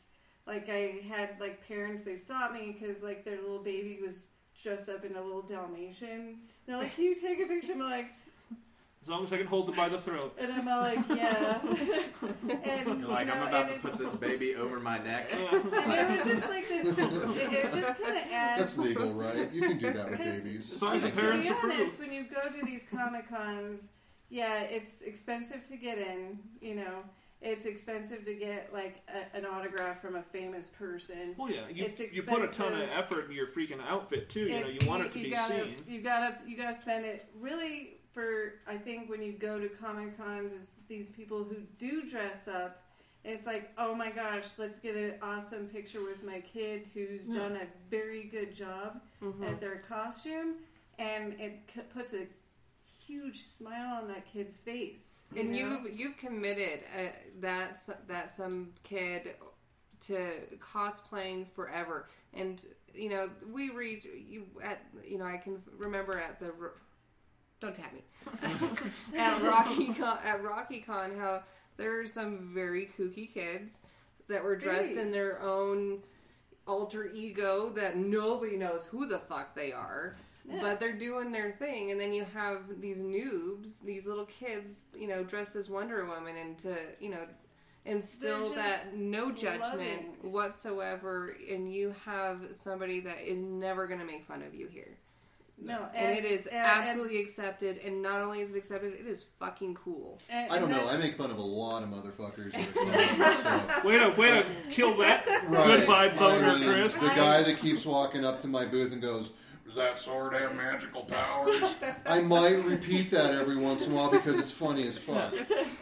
like I had like parents they stopped me because like their little baby was dressed up in a little Dalmatian. And they're like, "Can you take a picture?" I'm like,
As long as I can hold them by the throat.
and I'm all like,
[LAUGHS]
"Yeah." and,
You're like,
you know,
I'm about
and
to put
it's- [LAUGHS]
this baby over my neck.
And it was just like this. It, it just kind of adds
that's legal, right? You can do that with
Because-
babies.
As long as the
to, to
parents
be
approve.
honest, when you go to these comic cons, yeah, it's expensive to get in. You know, it's expensive to get like a, an autograph from a famous person.
Well, yeah, you,
It's
you put a ton of
expensive.
effort into your freaking outfit too. You know, you
It-
want it to be
gotta,
[LAUGHS]
seen.
You gotta you gotta spend it really for I think when you go to comic cons is these people who do dress up. It's like, oh my gosh, let's get an awesome picture with my kid who's
Hmm.
Yeah.
done a very good job
Mm-hmm.
at their costume, and it c- puts a huge smile on that kid's face.
and
know?
you've you've committed uh, that s- that some kid to cosplaying forever and you know we read you at you know i can remember at the r- don't tap me at rocky con at rocky con how there are some very kooky kids that were dressed
Very.
in their own alter ego that nobody knows who the fuck they are
Yeah.
but they're doing their thing and then you have these noobs these little kids you know dressed as wonder woman and to you know instill
They're just
that no judgment
loving.
whatsoever and you have somebody that is never going to make fun of you here
no,
and, it is absolutely
and-
accepted and not only is it accepted it is fucking cool
and-
I don't
and
know. I
that's-
make fun of a lot of motherfuckers.
[LAUGHS]
at a con, so.
Way to way to kill that
Right.
goodbye boner,
I mean,
Chris.
The guy that keeps walking up to my booth and goes, "Does that sword have magical powers?" I might repeat that every once in a while because it's funny as fuck.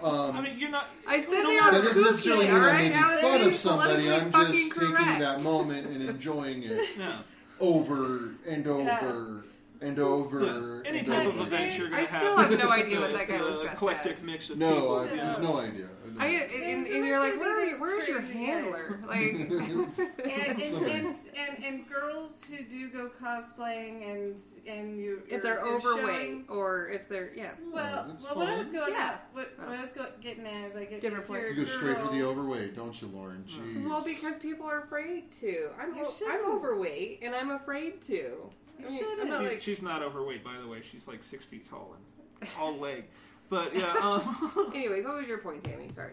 Um,
I mean, you're not.
i said
no
they
matter-
are
That [LAUGHS] doesn't necessarily
kooky
mean
all
I'm
right
making
now
fun
they're
of somebody. I'm just
politically
taking
fucking correct
that moment and enjoying it
No.
over and over and over.
Any
and
type of
over.
event you're
I
going
i
to have.
still have no
the-
idea what that guy was
the
dressed
eclectic
as
mix of
No,
people.
I,
yeah.
there's no idea. No.
I, and, and you're like, where are you, where's your [LAUGHS] handler?
[LAUGHS]
Like,
and, and,
Sorry.
and, and, and girls who do go cosplaying and and you
if
you're-
they're
you're
overweight
showing-
or if they're yeah.
well,
Oh, that's
well what I was
fine.
going
Yeah.
at, what, what I was go, getting at is like if
Different
you're
you
a
go straight for the
girl-
overweight, don't you, Lauren? Jeez.
Well, because people are afraid to. I'm
You
o-
shouldn't.
I'm overweight and I'm afraid to.
You
I mean, I'm
shouldn't.
not
She-
like
she's not overweight, by the way. She's like six feet tall and all leg. But yeah, um, [LAUGHS]
Anyways, what was your point, Tammy? Sorry.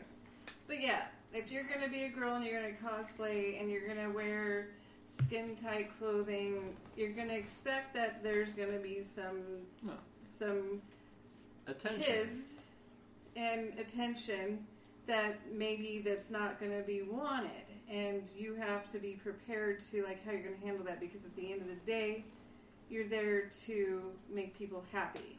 But yeah, if you're gonna be a girl and you're gonna cosplay and you're gonna wear skin tight clothing, you're gonna expect that there's gonna be some
No.
some
Attention.
kids and attention that maybe that's not going to be wanted and you have to be prepared to like how you're going to handle that because at the end of the day you're there to make people happy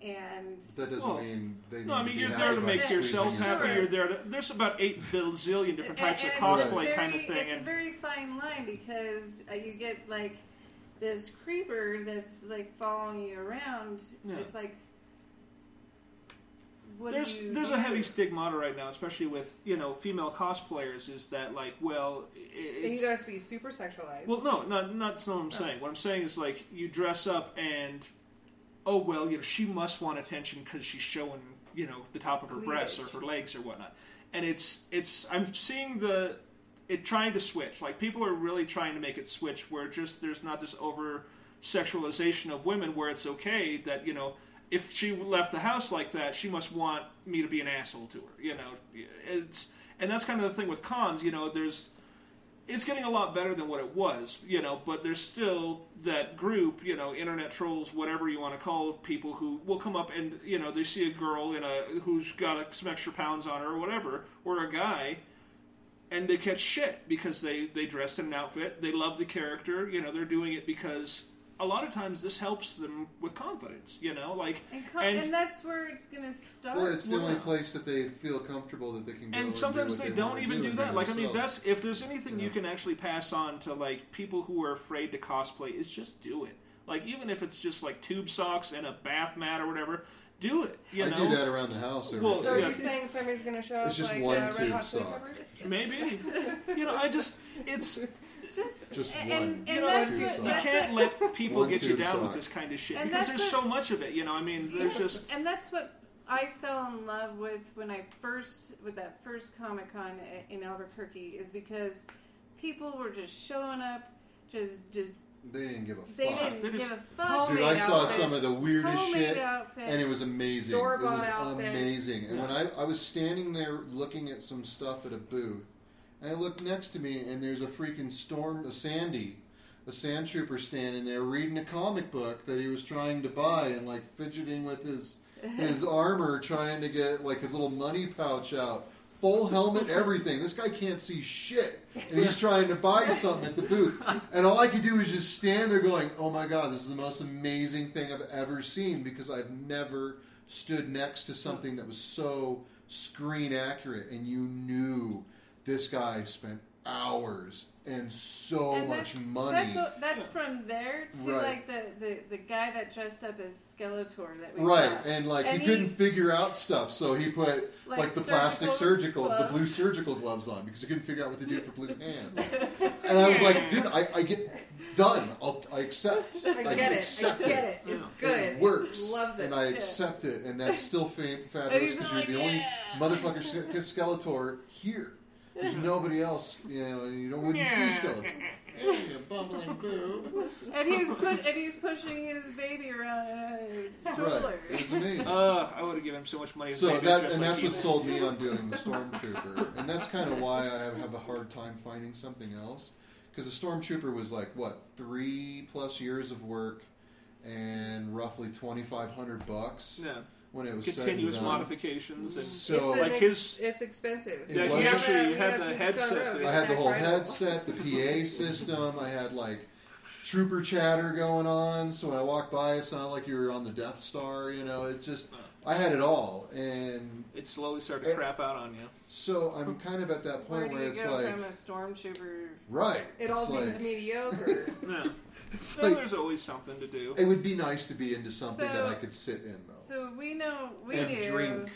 and
That doesn't
Well,
mean they need
No, I mean
to be
you're
happy
there to
about
make
squeezing
yourself
you
happy.
out.
You're there to. There's about eight bazillion
and-
different types of
and it's
cosplay
very-
kind of thing,
It's a
and
very fine line because uh, you get like this creeper that's like following you around.
Yeah.
It's like what do
there's
you
there's a heavy
do?
stigmata right now, especially with you know female cosplayers, is that like well, i-
And
it's
you guys be super sexualized.
well no, no, that's not what I'm saying. What I'm saying is like you dress up and oh well, you know she must want attention because she's showing you know the top of her breasts or
Cleavage.
her legs or whatnot, and it's it's I'm seeing the it trying to switch. Like people are really trying to make it switch where just there's not this over sexualization of women where it's okay that you know if she left the house like that she must want me to be an asshole to her you know it's and that's kind of the thing with cons you know there's it's getting a lot better than what it was you know but there's still that group you know internet trolls whatever you want to call people who will come up and you know they see a girl in a who's got some extra pounds on her or whatever or a guy and they catch shit because they they dressed in an outfit. They love the character. You know, they're doing it because a lot of times this helps them with confidence. You know, like
and, co-
and-
and, that's where it's gonna start.
Well, it's the
Well,
only
no.
place that they feel comfortable that they can go.
and sometimes
do
they
what
don't
wanna
even do
and
that. Like I mean,
themselves.
that's if there's anything you
Yeah.
can actually pass on to like people who are afraid to cosplay is just do it. Like even if it's just like tube socks and a bath mat or whatever, do it. You
I
know,
do that around the house. Every
Well,
so are
yeah.
you saying somebody's going to show up
It's just
like
one
uh, Red
tube
Hot Chili
sock. [LAUGHS]
Peppers?
maybe. you know, I just
[LAUGHS]
it's
just
Just
and,
one.
and,
You
and
know,
that's
it's-
what
it's-
you
that's
can't
what-
let people
One
get you
tube
down with
sock.
this kind of shit
And
because
that's
there's so
what's-
much of it. You know, I mean, there's just
and that's what I fell in love with when I first with that first Comic Con in Albuquerque is because people were just showing up, just just
they didn't give a
they
fuck.
didn't
They just-
give a fuck.
Dude,
Homemade
I saw
outfits.
some of the weirdest
Homemade
shit,
outfits.
and it was amazing. It
Store-bought
was
outfits.
amazing. And when I, I was standing there looking at some stuff at a booth, and I looked next to me, and there's a freaking storm, a Sandy, a sand trooper standing there reading a comic book that he was trying to buy and like fidgeting with his his armor, trying to get like his little money pouch out. Full helmet, everything. This guy can't see shit, and he's trying to buy something at the booth. And all I could do is just stand there, going, "Oh my god, this is the most amazing thing I've ever seen." Because I've never stood next to something that was so screen accurate, and you knew this guy spent hours and so
and
much
that's,
money.
That's, what- that's from there to
Right.
like the, the, the guy that dressed up as Skeletor that we
Right,
saw.
and like
And
he
he-
couldn't figure out stuff, so he put like,
Like
the plastic
surgical
surgical, the blue
gloves.
surgical gloves on because he couldn't figure out what to do for blue
[LAUGHS]
hands. and I was like, dude, I, I get done. I'll, I accept.
I get it. I
accept
get it. It's good.
It works,
Loves it.
and I
yeah.
accept it, and that's still fam-
[LAUGHS] And
fabulous
he's
because
like,
you're the only
"Yeah."
motherfucker Ske- Skeletor here. There's nobody else, you know. You don't wouldn't see Skeletor. Hey, you bumbling boob.
and he's put and he's pushing his baby around in a
Right,
stroller.
it was amazing.
Uh, I would have given him so much money. if
So
maybe
that
just
and
like
that's
he
what
did.
sold me on doing the stormtrooper, and that's kind of why I have a hard time finding something else. Because the stormtrooper was like what three plus years of work and roughly twenty five hundred bucks
Yeah,
when it was
continuous
said and done.
modifications and
So
it's an
like
ex-
his-
it's expensive.
It Yeah,
we have
wasn't-
a,
you
we
had
have
the
Geeks
headset
Gone Rogue.
that-
I had the
It's
whole
Jack Rydell.
headset, the PA system. I had like trooper chatter going on. So when I walked by, it sounded like you were on the Death Star. You know, it just I had it all, and
it slowly started to
Eh.
crap out on you.
so I'm kind of at that
Where
point
do
where
you
it's
go
like
from a stormtrooper?
right.
It all
it's
seems
like-
mediocre.
[LAUGHS]
Yeah,
It's
so
like-
there's always something to do.
It would be nice to be into something
So-
that I could sit in though.
So we know we
and
knew
drink.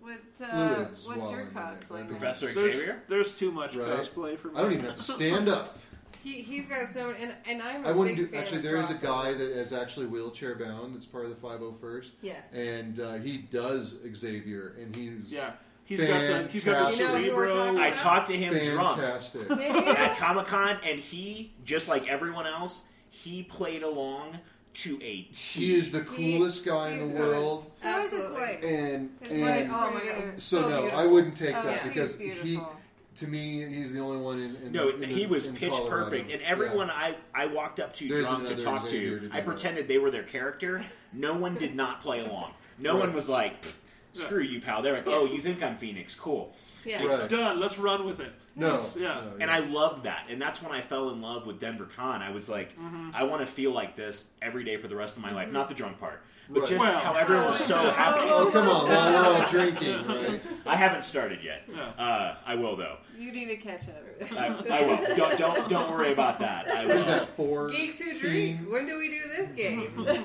what uh,
fluids
what's
while
your
I'm in it. That'd
cosplay.
be
name?
Professor
There's,
Xavier.
there's too much
Right.
cosplay for me.
I don't even have to stand
[LAUGHS]
up.
he, he's got so many, and, and I'm a
I wouldn't
big
do.
fan
Actually,
of
there is a
crossover.
guy that is actually wheelchair bound. That's part of the five hundred first,
Yes.
and uh, he does Xavier, and he's
[LAUGHS] Yeah, he's got the he's got the
Fantastic.
You know who we're
cerebro.
talking
I
about?
talked to him drunk
fantastic.
[LAUGHS]
at Comic Con, and he, just like everyone else, he played along to a T.
he is the
He-
coolest guy in
he's
the
a-
world,
So is his
Absolutely.
wife.
and
His wife.
and.
Oh my god.
So,
so
no,
beautiful.
I wouldn't take
Oh,
that
she's
because he,
beautiful.
to me, he's the only one in. in
No,
in the-
he was
in
pitch
Colorado.
perfect, and
Yeah.
everyone I, I walked up to
There's
drunk to
another
talk
Xavier
to,
to do
I
that.
pretended they were their character. No one did not play along. No
Right.
one was like, "Pfft, "Screw you, pal." They're like, "Oh, you think I'm Phoenix? Cool."
Yeah.
Right.
Done. Let's run with it.
No,
yeah.
no,
And I loved that, and that's when I fell in love with Denver Con. I was like, I want to feel like this every day for the rest of my life. Not the drunk part, but just
Well.
how everyone was so happy.
Oh, come on, well, we're
[LAUGHS]
all drinking, right?
I haven't started yet.
No.
Uh, I will though.
You need to catch up. [LAUGHS]
I, I will. Don't, don't don't worry about that. I
What is
will.
that, four?
Geeks who
Team.
drink. When do we do this
[LAUGHS]
game?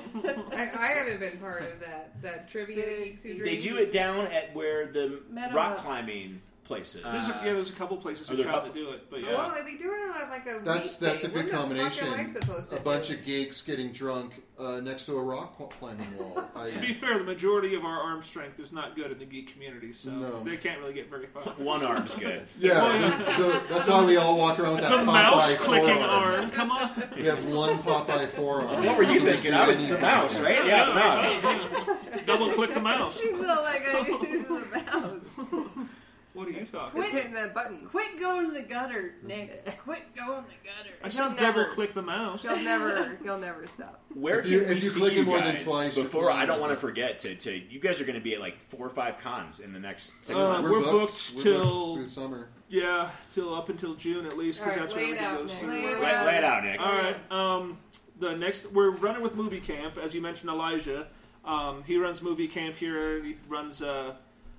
I, I haven't been part of that that trivia
They-
geeks who drink.
They do it down at where the
Meadow
rock
Rock.
climbing places.
Uh,
There's a, yeah, there's a couple places
Are
who
there a
tried to
couple-
do it, but yeah.
Well, they do it on like a
That's
weekday.
that's a
When
good
the fuck am
combination.
I supposed to
A bunch
do?
of geeks getting drunk uh, next to a rock qu- climbing
[LAUGHS]
wall. I,
to be fair, the majority of our arm strength is not good in the geek community, so
No.
they can't really get very
Ah.
far.
[LAUGHS]
One arm's good.
yeah, we- so that's why we all walk around with that
the
Popeye
mouse clicking
forearm.
arm. Come on.
[LAUGHS] We have one Popeye forearm.
What were you thinking? I was the mouse, right?
[LAUGHS]
Yeah, the mouse.
Double click the
[LAUGHS]
mouse.
She's all like, I [LAUGHS] use the mouse.
What are you talking?
It's hitting that button.
Quit going to the gutter, Nick. Quit going to the
I
gutter.
He'll
said double
never-
click the mouse.
He'll never. He'll never stop.
Where
If you-
can we
if you
see
click it
you
more than
guys
twice, you're
before? I don't
fine.
want to forget to, to. You guys are going to be at like four or five cons in the next six
Uh,
months.
we're booked
we're
till-
through summer.
Yeah, till up until June at least, because
All right,
that's
lay
when
it out,
everything goes
Nick.
through.
Lay it
Lay, lay it out, Nick.
All right. Um, the next we're running with movie camp, as you mentioned, Elijah. Um, he runs movie camp here. He runs a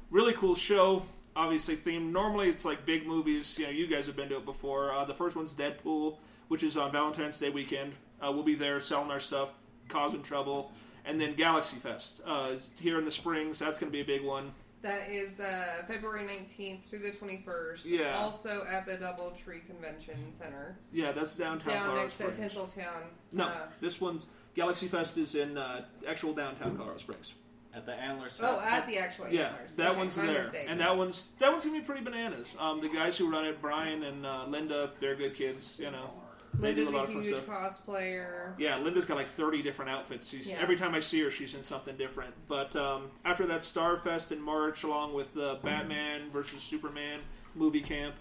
really cool show, obviously themed. Normally, it's like big movies. You know, you guys have been to it before. Uh, the first one's Deadpool, which is on Valentine's Day weekend. Uh, we'll be there selling our stuff, causing trouble, and then Galaxy Fest uh, is here in the Springs. That's going to be a big one.
That is uh, February 19th through the 21st.
Yeah.
Also at the Double Tree Convention Center.
Yeah, that's downtown.
down
Colorado
next to
Springs.
Tinseltown.
No,
Uh,
this one's Galaxy Fest is in uh, actual downtown Colorado Springs.
At the Antlers.
oh, at the actual
Yeah,
Antlers.
that
Okay,
one's
my
there,
mistake.
and that one's that one's gonna be pretty bananas. Um, the guys who run it, Brian and uh, Linda, they're good kids. You know, they do
Linda's
a
a,
lot of fun
huge
stuff.
cosplayer.
Yeah, Linda's got like thirty different outfits. She's
Yeah.
every time I see her, she's in something different. But um, after that, Starfest in March, along with uh, Batman versus Superman movie camp,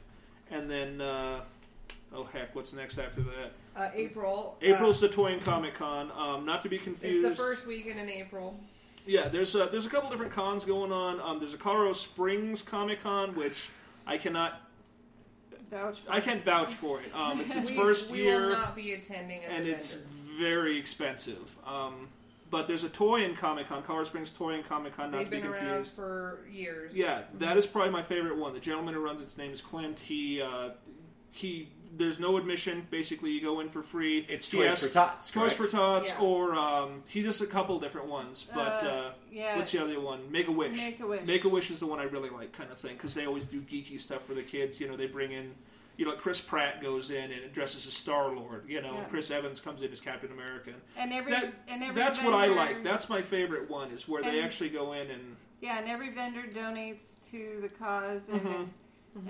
and then uh, oh heck, what's next after that?
Uh, April.
April's
Uh,
the Toy and Comic Con. Um, not to be
it's
confused.
the first weekend in April.
Yeah, there's a, there's a couple different cons going on. Um, there's a Colorado Springs Comic Con, which I cannot
Vouch.
I can't vouch for it. Um, it's its
[LAUGHS] we,
first
we
year,
will not be attending. As
and
a
it's
vendor.
very expensive. Um, but there's a Toy and Comic Con, Colorado Springs Toy and Comic Con. Not
they've
to be
been around
confused.
for years. Mm-hmm.
Yeah, that is probably my favorite one. The gentleman who runs its name is Clint. He uh, he. There's no admission. Basically, you go in for free.
It's
He
Toys
asks-
for Tots.
Toys
correct?
for Tots,
Yeah.
or um, he does a couple different ones. But uh,
Uh, yeah.
what's the other one? Make a Wish.
Make a wish.
Make a Wish is the one I really like, kind of thing, because they always do geeky stuff for the kids. You know, they bring in, you know, like Chris Pratt goes in and dresses as Star Lord. You know, and
Yeah.
Chris Evans comes in as Captain America.
and every
That-
and every
That's what I
vendor-
like. That's my favorite one is where they
And-
actually go in and.
yeah, and every vendor donates to the cause, and uh, and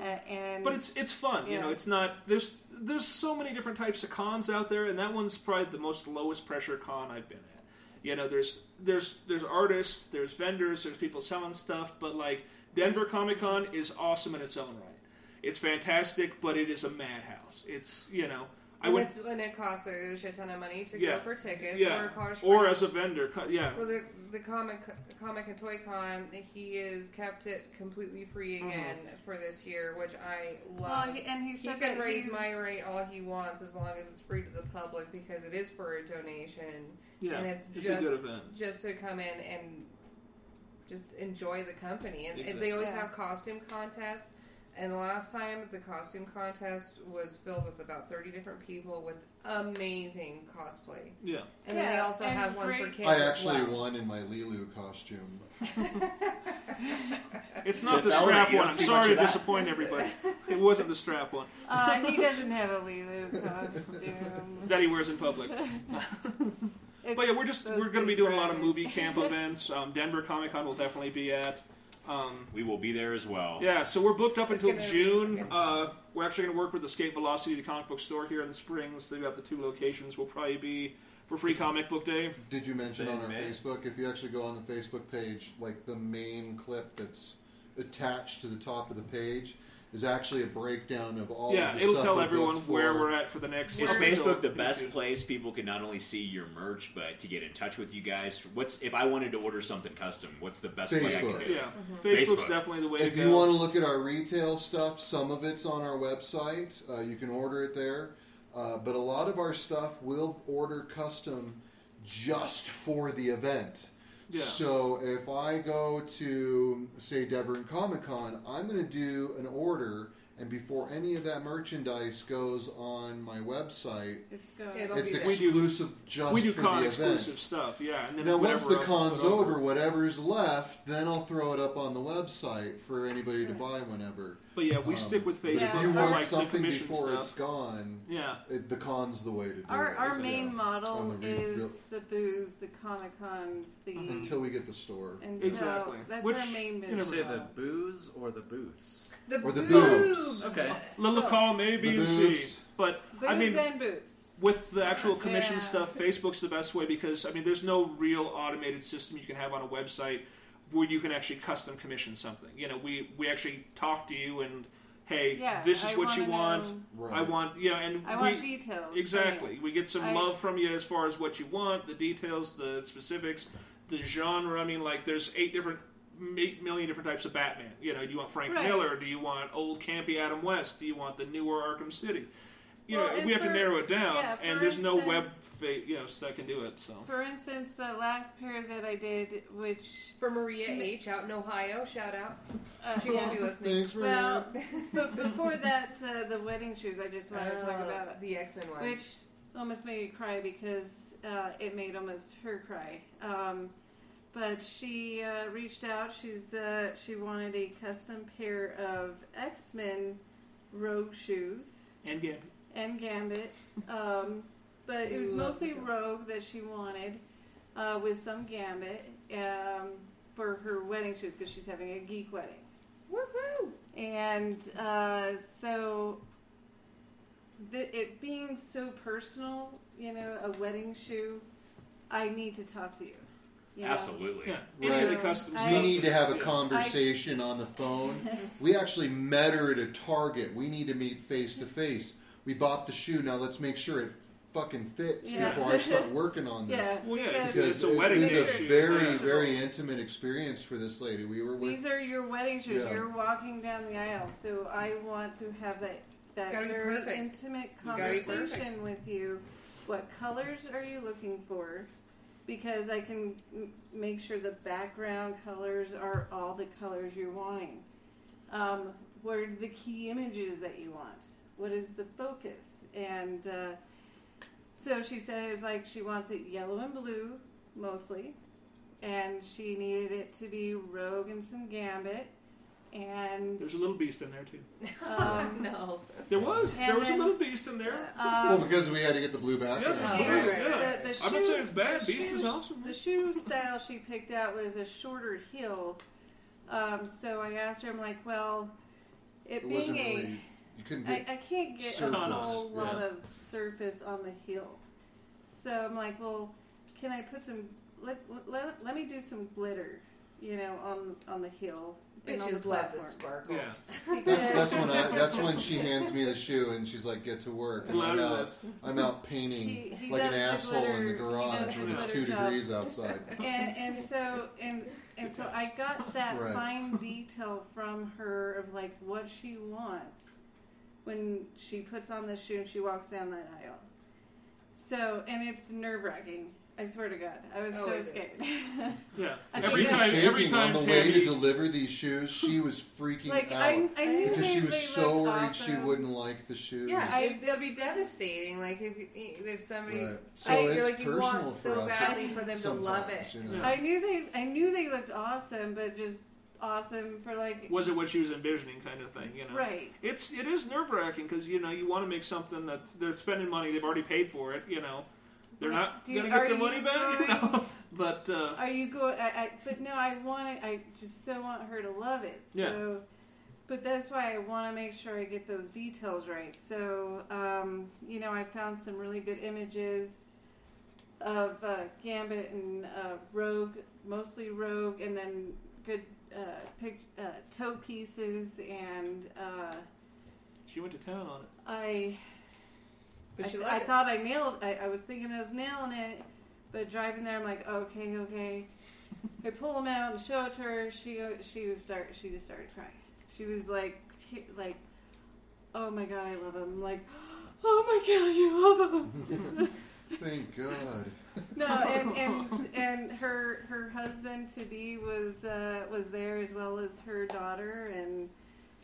Mm-hmm. But it's it's fun. You
Yeah.
know, it's not there's there's so many different types of cons out there, and that one's probably the most lowest pressure con I've been at. You know, there's there's there's artists, there's vendors, there's people selling stuff, but like Denver Comic Con is awesome in its own right. It's fantastic, but it is a madhouse. It's you know, I
and,
would
it's, and it costs a shit ton of money to
Yeah.
go for tickets or
yeah,
a car
or as a vendor, co- yeah,
Well, the, the comic comic and toy con, he has kept it completely free
Mm-hmm.
again for this year, which I love.
well, he, and he
he
said
can
that
raise
he's-
my rate all he wants as long as it's free to the public because it is for a donation
yeah.
and it's
a good
just-
event.
just to come in and just enjoy the company. And
Exactly.
they always
Yeah.
have costume contests. And last time the costume contest was filled with about thirty different people with amazing cosplay.
Yeah,
And then they
Yeah,
also
and
have one for
great-
kids.
I
as
actually
well.
won in my Lulu costume.
it's not the
If that were-
strap
you don't
one. I'm
see much
sorry
of
to
that.
disappoint everybody. It wasn't the strap one
Uh,
[LAUGHS]
he doesn't have a Lulu costume.
that he wears in public. But yeah, we're just
It's
we're going to be
those
doing a lot of
graphic-
movie
[LAUGHS]
camp events. Um, Denver Comic Con will definitely be at. Um,
We will be there as well.
yeah, so we're booked up
It's
until
gonna be-
June. Uh, we're actually going to work with Escape Velocity, the comic book store here in the Springs. They've got the two locations. We'll probably be for Free Comic Book Day.
Did you mention
Say
on our
man.
Facebook? If you actually go on the Facebook page, like the main clip that's attached to the top of the page is actually a breakdown of all.
yeah,
of the
it'll
stuff
tell
we're
everyone
booked
where
for.
we're at for the next.
Is
up
Facebook the
until
best
YouTube.
place people can not only see your merch but to get in touch with you guys? What's if I wanted to order something custom? What's the best way I can
Facebook.
do? it?
Yeah, Facebook's
Facebook.
definitely the way
If
to
you
go.
want to look at our retail stuff, some of it's on our website. Uh, you can order it there. Uh, but a lot of our stuff will order custom just for the event.
Yeah.
So if I go to say Devon Comic Con, I'm going to do an order, and before any of that merchandise goes on my website,
It's going.
It'll-
it's
be there.
exclusive just
we do
for
con
the
exclusive
event.
stuff, yeah. And then
Now,
whatever
once the
else we
con's
put
over, whatever's left, then I'll throw it up on the website for anybody to
Right.
buy whenever.
But yeah, we
Um,
stick with
But
Facebook
If you
for
want
like the
something
commission
before
stuff.
it's gone,
Yeah,
it, the con's the way to do
our
it.
our
so,
main
yeah.
model
On the re-
is the booze, the comic cons, the
Until we get the store.
and
Mm-hmm. Exactly.
so that's
Which,
our main
you never
business.
Say the
model.
booze or the booths.
The
Or the
boobs.
boobs.
Okay.
Lilla column A, B,
The
and C.
boobs.
But
booze
I mean,
and boots.
with the actual
Oh,
commission
Yeah.
stuff, Facebook's the best way because I mean, there's no real automated system you can have on a website where you can actually custom commission something. You know, we we actually talk to you and hey,
Yeah,
this is
I
what you
wanna
want.
know-
Right.
I want yeah, and
I
we,
want details.
Exactly. We get some
I-
love from you as far as what you want, the details, the specifics, the genre. I mean, like, there's eight different, eight million different types of Batman. You know, do you want Frank
Right.
Miller? Do you want old campy Adam West? Do you want the newer Arkham City? You
Well,
know,
and
we have
for-
to narrow it down,
yeah, for
and there's no web,
instance-
fa- you know, that can do it. So
For instance, the last pair that I did, which
For Maria
Ma-
H. out in Ohio, shout out.
uh,
She won't be listening.
Thanks,
well,
Maria.
[LAUGHS]
but before that, uh, the wedding shoes. I just wanted to talk
Uh,
about
the X Men one.
which almost made me cry because uh, it made almost her cry. Um, but she uh, reached out. She's uh, she wanted a custom pair of X Men Rogue shoes
and Gambit.
and Gambit, um, but it was
Love
mostly
Gambit.
Rogue that she wanted uh, with some Gambit um, for her wedding shoes because she's having a geek wedding.
Woohoo!
And uh, so, th- it being so personal, you know, a wedding shoe, I need to talk to you. you know?
Absolutely.
Yeah, any of the
Right.
custom
I-
we
stuff
need to
is-
have a
yeah.
conversation on the
[LAUGHS]
phone. We actually met her at a Target. We need to meet face to face. We bought the shoe. Now let's make sure it fucking fits
Yeah.
before I
[LAUGHS]
start working on this.
Yeah.
Well, yeah,
because
It's- it's
Because
a
it
wedding
was a
issue.
very,
Yeah.
very intimate experience for this lady. We were with.
These are your wedding shoes.
Yeah.
You're walking down the aisle, so I want to have that that
Gotta be
very
perfect.
intimate
You gotta be perfect.
conversation with you. What colors are you looking for? Because I can m- make sure the background colors are all the colors you're wanting. Um, what are the key images that you want? What is the focus? And uh, so she said it was like she wants it yellow and blue mostly, and she needed it to be Rogue and some Gambit, and
There's a little beast in there too.
um,
[LAUGHS] no.
There was.
And
there was
then-
a little beast in there.
well,
um,
because we had to get the blue background.
Yeah,
the
Right,
shoes-
Oh, yeah.
the- the
I've been saying
shoe-
it's bad.
the
Beast is
shoes-
awesome.
The shoe style she picked out was a shorter heel, um, so I asked her, I'm like, well, it,
It
being
wasn't
a
really. You couldn't
I,
get.
I can't get
surface,
a whole
yeah.
lot of surface on the heel. So I'm like, well, can I put some let let, let me do some glitter, you know, on on the heel and on the
Bitches love the
platform.
sparkles.
Yeah.
[LAUGHS]
That's,
Because-
that's when I, that's when she hands me the shoe and she's like, "Get to work." And uh, I'm
Louder
out,
this.
I'm out painting
He- he
like an
does
asshole
the
in the
glitter- he
garage
does
when
the
it's
glitter
two
job.
degrees
[LAUGHS]
outside.
[LAUGHS]
and and so and and so I got that
Right.
fine detail from her of like what she wants when she puts on the shoe and she walks down that aisle. So and it's nerve wracking. I swear to God, I was
Oh,
so
it is.
scared. [LAUGHS]
Yeah.
I
Every
think
time,
shaking
every time
on the way to
Tammy-
deliver these shoes, she was freaking
like
out
I, I knew
because
they,
she
they
was so
looked
worried
awesome.
she wouldn't like the shoes.
Yeah, I, they'll be devastating. Like if if somebody,
Right. So
I,
it's
you're like you
personal
want
for
so
us
badly for them to love
sometimes,
it.
you know.
Yeah.
I knew they I knew they looked awesome, but just awesome for like
was it what she was envisioning kind of thing you know
right.
it's it is nerve wracking because you know you want to make something that they're spending money they've already paid for it you know they're
Right.
not
Do-
gonna get
are
their
you
money back [LAUGHS] you
going-
know but uh,
Are you going? I, I, but no, I want to. I just so want her to love it. So,
Yeah.
But that's why I want to make sure I get those details right. So, um, you know, I found some really good images of uh, Gambit and uh, Rogue, mostly Rogue, and then good uh, pic- uh, toe pieces. And uh,
she went to town on it
I
But
I,
she
th-
loved
I
it.
thought I nailed. I, I was thinking I was nailing it, but driving there, I'm like, okay, okay. I pull them out and show it to her. She she was start. She just started crying. She was like, te- like, [GASPS] oh my god, I love him. Like, oh my god, you love him.
[LAUGHS] Thank
[LAUGHS]
God.
No, and,
[LAUGHS]
and and her her husband to be was uh, was there as well as her daughter, and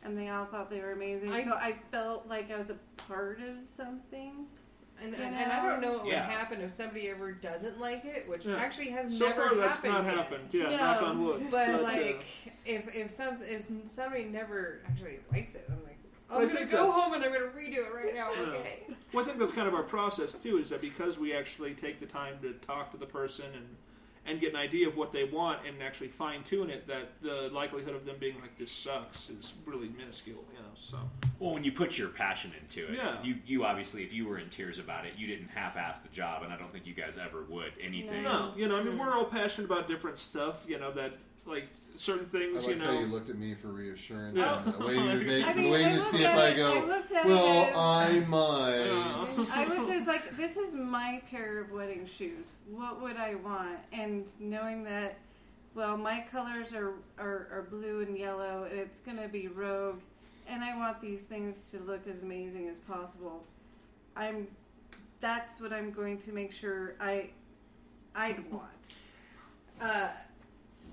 and they all thought they were amazing.
I-
so I felt like I was a part of something.
And,
You
and, and I
know?
don't know what
Yeah.
would happen if somebody ever doesn't like it, which
Yeah.
actually has
So
never
far, that's
happened.
not
yet.
happened. Yeah,
No.
knock on wood.
But
uh,
like, if if some if somebody never actually likes it, I'm like,
I
I'm gonna
think
go
that's-
home and I'm gonna redo it right now.
Yeah.
Okay.
Well, I think that's kind of our process too, is that because we actually take the time to talk to the person and and get an idea of what they want and actually fine tune it, that the likelihood of them being like this sucks is really minuscule, you know. So
Well, when you put your passion into it,
Yeah.
you you obviously, if you were in tears about it, you didn't half-ass the job, and I don't think you guys ever would anything.
no, you know, I mean, we're all passionate about different stuff, you know, that like certain
I
things,
like
you
how
know.
you looked at me for reassurance.
Yeah.
on that. The way you
[LAUGHS]
make,
I mean,
the way
I
you
looked
see if
at
I
it- I
go,
looked at it
well, uh,
as-
I might.
Uh,
I looked as like, this is my pair of wedding shoes. What would I want? And knowing that, well, my colors are are, are blue and yellow, and it's gonna be rogue, and I want these things to look as amazing as possible. I'm. That's what I'm going to make sure I. I'd want.
Uh,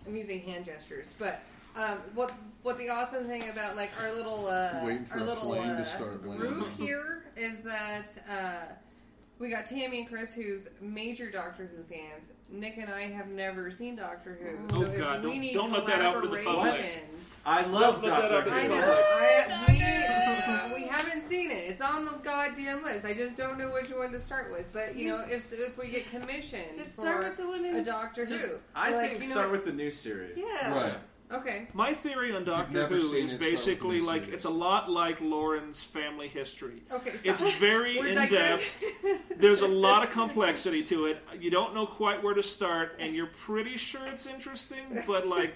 I'm using hand gestures, but um, what what the awesome thing about like our little uh,
Waiting for
our
a
little
plane to
uh,
start landing.
group here is that uh, we got Tammy and Chris, who's major Doctor Who fans. Nick and I have never seen Doctor Who,
Oh,
so
God,
if we
don't-
need
don't let that out for the public.
collaboration-
I
Let
love
that
Doctor
out
Who.
there.
I know. I, we, we haven't seen it. It's on the goddamn list. I just don't know which one to start with. But you know, if if we get commissioned
Just
for
start with the one in.
a Doctor
Just-
Who,
I
like,
think
you know
start
what?
with the new series.
Oh.
yeah.
Right.
okay.
[LAUGHS] My theory on Doctor
never
Who
seen
is
it, so I
basically
wouldn't
like
see it.
it's a lot like Lauren's family history.
Okay, stop.
It's very
We're
in depth.
digressing.
[LAUGHS] There's a lot of complexity to it. You don't know quite where to start, and you're pretty sure it's interesting, but like,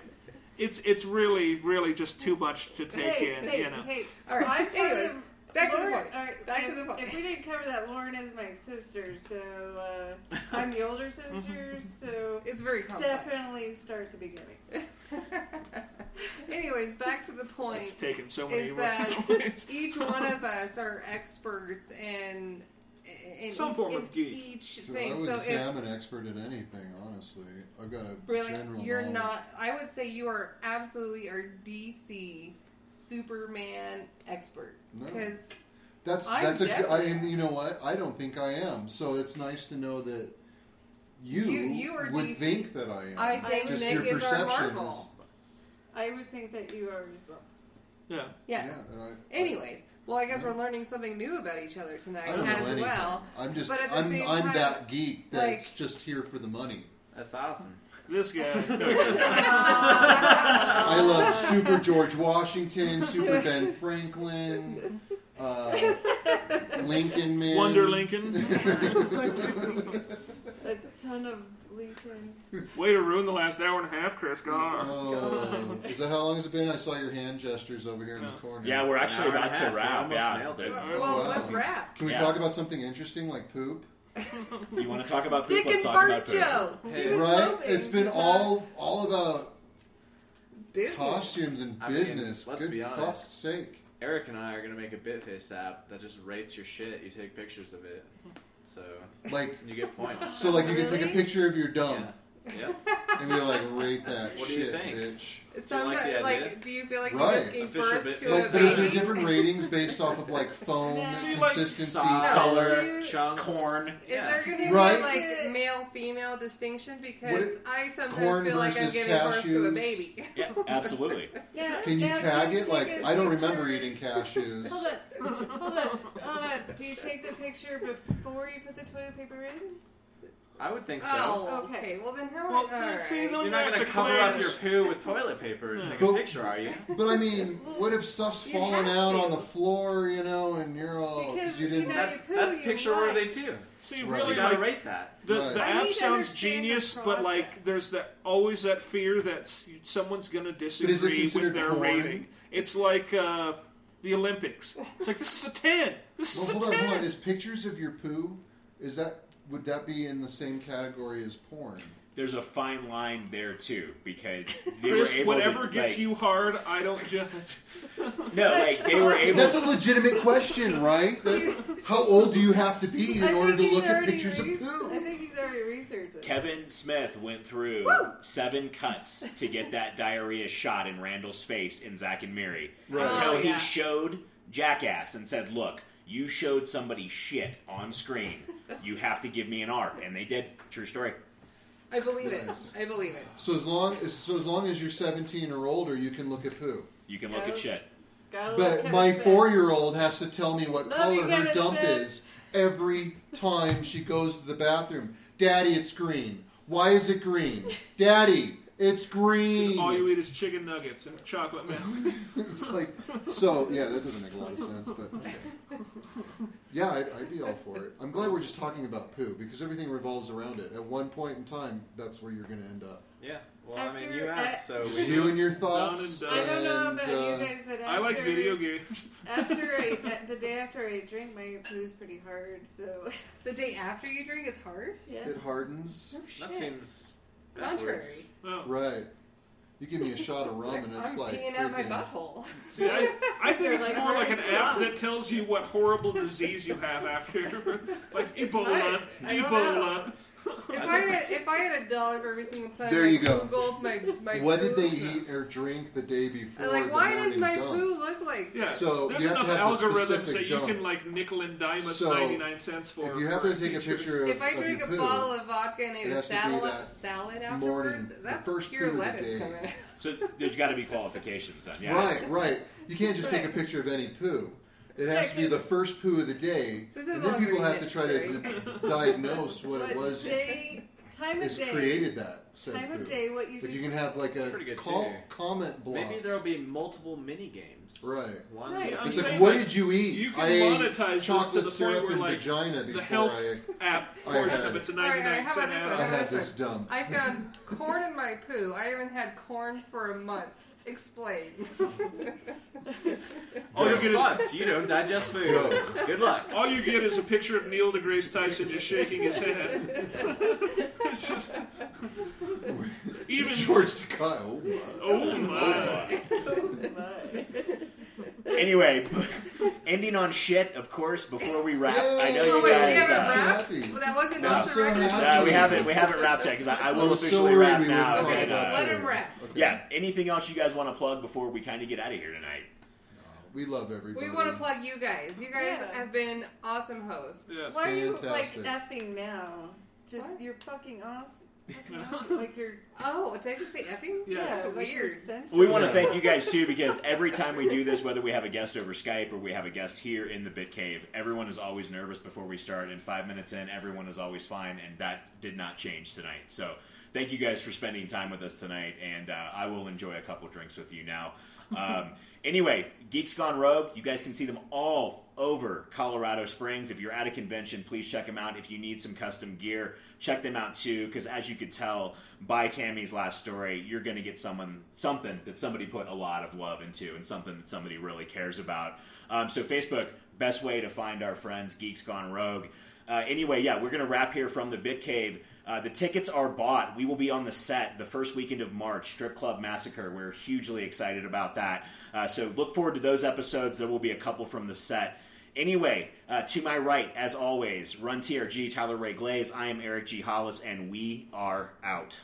it's it's really really just too much to take
Hey,
in.
hey,
you know,
hey.
All right,
I'm part
anyways,
of-
back to the
Lauren-
[LAUGHS]
point.
all right,
Back to
if-
the point.
If we didn't cover that, Lauren is my sister, so
[LAUGHS]
uh, I'm the older
Mm-hmm.
sister, so
It's very complex.
definitely start at the beginning.
[LAUGHS] Anyways, back to the
it's
point.
taken so many
Is
[LAUGHS]
that
ways. [LAUGHS]
each one of us are experts in, in
Some form
in
of geek.
each
So
thing.
I would
So
say
if
I'm an expert at anything, honestly. I've got a
really
general
you're
knowledge.
not, I would say you are absolutely our DC Superman expert
No.
because
That's
I'm
that's a good. I,
definitely-
and you know what? I don't think I am. So it's nice to know that you
You- you are
would
DC.
think that I am.
I think
Just
Nick
your
is our
perception
Marvel.
is-
I would think that you are as well.
yeah.
yeah.
and I,
Anyways, well, I guess we're learning something new about each other tonight
I don't know
as
anything.
well.
I'm just
but at the
I'm,
same
I'm
time,
that geek that's
like-
just here for the money.
That's awesome.
This guy.
[LAUGHS] I love Super George Washington, Super Ben Franklin, uh, Lincoln Man,
Wonder Lincoln.
[LAUGHS]
A ton of Lincoln.
Way to ruin the last hour and a half, Chris. God.
Oh, is that how long has it been? I saw your hand gestures over here in the corner.
[LAUGHS] Yeah, we're actually
An hour and
about
a
to
half, we
wrap.
almost
Yeah.
nailed it.
well,
wow.
let's wrap.
Can we
Yeah.
talk about something interesting like poop?
You want to talk about poop?
Dick
Let's
and
talk
Bart
about poop.
Joe.
He
Hey,
was
Right?
hoping
It's been
to talk-
all all about
Business.
costumes and
I mean,
business.
let's
Good
be honest.
fuck's sake.
Eric and I are gonna make a Bitface app that just rates your shit. You take pictures of it, so
Like
you get points.
so like you can take a
Really?
picture of your [LAUGHS]
yeah.
dumb
yeah.
and be like rate that
What do you
shit,
think?
bitch.
Some,
like the
like,
idea?
do you feel like
Right.
you just gave
Official
birth
bit-
to
Like,
a
but is there
baby?
different ratings based off of like foam
[LAUGHS]
Yeah.
See, like,
consistency,
Size,
color?
Dude.
chunks,
Corn.
Is there going to be
Right.
like male female distinction?
What
Because
if-
I sometimes
corn
feel like I'm
versus
giving birth to a
cashews?
baby.
Yeah, absolutely.
Now-
Can you
now, do
tag it?
take
Like
a
I don't
picture-
remember eating cashews.
Hold on,
[LAUGHS]
hold on, hold on. Do you take the picture before you put the toilet paper in?
I would think so.
Oh,
Okay.
okay. Well, then how?
Well,
all right.
see,
You're
then
not
have
gonna
to
cover up your
cleanse.
poo with toilet paper and take a
But-
picture, are you?
But I mean, what if stuff's
You
falling
have
out
to.
on the floor, you know, and you're all
Because,
because you
you
didn't
know,
That's
poo,
that's
you
picture
lie.
worthy too.
Right.
See,
You
really,
gotta
like,
rate that.
The,
Right.
the
I
app
need to
sounds
understand the
genius, but
process.
like there's that always that fear that s- someone's going to disagree with
considered
their
porn?
rating. It's like uh, the Olympics. It's like this is a ten. This
Well,
is
hold
a
on,
ten.
hold on. Is pictures of your poo? Is that would that be in the same category as porn?
there's a fine line there too because they
Chris,
were able
whatever
to,
gets
like-
you hard, I don't judge.
No, like they
[LAUGHS]
were able.
That's a legitimate question, right? That- how old do you have to be in
I
order
think
to
he's
look at
already
pictures of
reas- I
poo?
think he's already researched it.
Kevin Smith went through seven cuts to get that [LAUGHS] diarrhea shot in Randall's face in Zack and Mary
Right.
until
Oh,
he
yeah.
showed Jackass and said, "Look, you showed somebody shit on screen. you have to give me an R." And they did. True story.
I believe it.
Nice.
I believe it.
So as long as so as long as you're 17 or older, you can look at poo.
You can look
Yeah.
at shit.
Gotta love
But
Kevin
my
Smith.
four-year-old has to tell me what
Love you,
color her
Kevin
dump
Smith.
is every time she goes to the bathroom. Daddy, it's green. Why is it green? Daddy, it's green. [LAUGHS]
All you eat is chicken nuggets and chocolate milk.
it's like so. Yeah, that doesn't make a lot of sense, but okay. yeah, I'd, I'd be all for it. I'm glad we're just talking about poo because everything revolves around it. At one point in time, that's where you're going to end up.
Yeah. Well, I mean,
After
you
I-
asked, so
Just
we
you and your thoughts.
Down
I
and
don't know about
and,
you
uh,
guys, but after,
I like video games.
[LAUGHS] after I, that- the day after I drink, my poo's pretty hard. So [LAUGHS]
The day after you drink is hard.
yeah,
It hardens.
That seems
Contrary.
backwards.
Well,
Right. You give me a shot of rum and it's
I'm
like
peeing out my
freaking-
butthole.
see, I, I think
They're
it's
like,
more like an
"Where's
app
Ron?"
that tells you what horrible disease you have after, [LAUGHS] like Ebola,
nice. I don't
Ebola.
If I had, if I had a dollar for every single time
There
I
you go.
Googled my my
What did they
poo-
eat or drink the day before?
I'm like,
the
why does
morning
my
dump?
poo look like?
Yeah,
So
there's
you have
enough
to have the
algorithms that
specific
you
dump.
can like nickel and dime us
So,
99 cents for.
If you have
for
to take a
features.
picture of,
If I
of
drink
your
a
poo,
bottle of vodka and
it
eat a
has to be
salad,
that
salad
morning,
afterwards,
the
that's
first poo
pure
of the
lettuce
day.
coming out.
So there's got to be qualifications. Then. Yeah.
right, right, you can't just take a picture of any poo. It has to be the first poo of the day,
This is
and then
all
people have to
green
try to
mix,
d- diagnose what it
but
was
day, time of
is
day,
created that said
time
poo.
of day, what you
Like you
do.
can have like
It's
a
pretty good
call,
too.
comment block.
Maybe there'll be multiple mini games.
Right.
One
Right, I'm
It's
saying,
like, what
like,
did you eat?
you can
I ate
monetize this to
chocolate
the point
syrup
where,
and
like,
vagina before
health-
I,
app
I
portion
had
of it's a
All right, all
99
right,
nine
how
cent
about this
I
one?
app.
had this dump.
I found
[LAUGHS]
corn in my poo. I haven't had corn for a month. Explain.
All you
You're
get is
fucked. You don't digest food.
Go.
Good luck.
all you get is a picture of Neil deGrasse Tyson just shaking his
[LAUGHS]
head. it's just even
George Takei. Oh my.
Oh my!
Uh,
But-
anyway, [LAUGHS] ending on shit, of course. Before we wrap, I know
Yay.
you
Oh, wait, we
guys.
haven't
uh,
wrapped?
Happy.
Well, that wasn't
No.
off the
So
record.
happy.
No, we haven't. We haven't wrapped yet because I, I
I
will
was so
officially
worried
wrap
we were
now.
talking
And,
about
uh,
Let
poo.
him wrap.
Okay. Uh,
yeah. Anything else you guys want to plug before we kind of get out of here tonight?
We love everybody.
We want to plug you guys. You guys
Yeah.
have been awesome hosts.
Yes.
Why are you like
Fantastic.
effing now? Just
What?
you're fucking
[LAUGHS]
awesome. Fucking awesome. like you're
Oh, did I just say effing?
Yes.
yeah, like you're
Weird.
sensual.
We want to thank you guys too because every time we do this, whether we have a guest over Skype or we have a guest here in the Bit Cave, everyone is always nervous before we start. And five minutes in, everyone is always fine, and that did not change tonight. So thank you guys for spending time with us tonight, and uh, I will enjoy a couple drinks with you now. Um, anyway, Geeks Gone Rogue, you guys can see them all over Colorado Springs. If you're at a convention, please check them out. If you need some custom gear, check them out too. Because as you could tell by Tammy's last story, you're going to get someone something that somebody put a lot of love into, and something that somebody really cares about. Um, so Facebook, best way to find our friends, Geeks Gone Rogue. Uh, anyway, yeah, we're going to wrap here from the Bit Cave. Uh, the tickets are bought. We will be on the set the first weekend of March, Strip Club Massacre. We're hugely excited about that. Uh, so look forward to those episodes. There will be a couple from the set. Anyway, uh, to my right, as always, Run TRG, Tyler Ray Glaze. I am Eric G. Hollis, and we are out.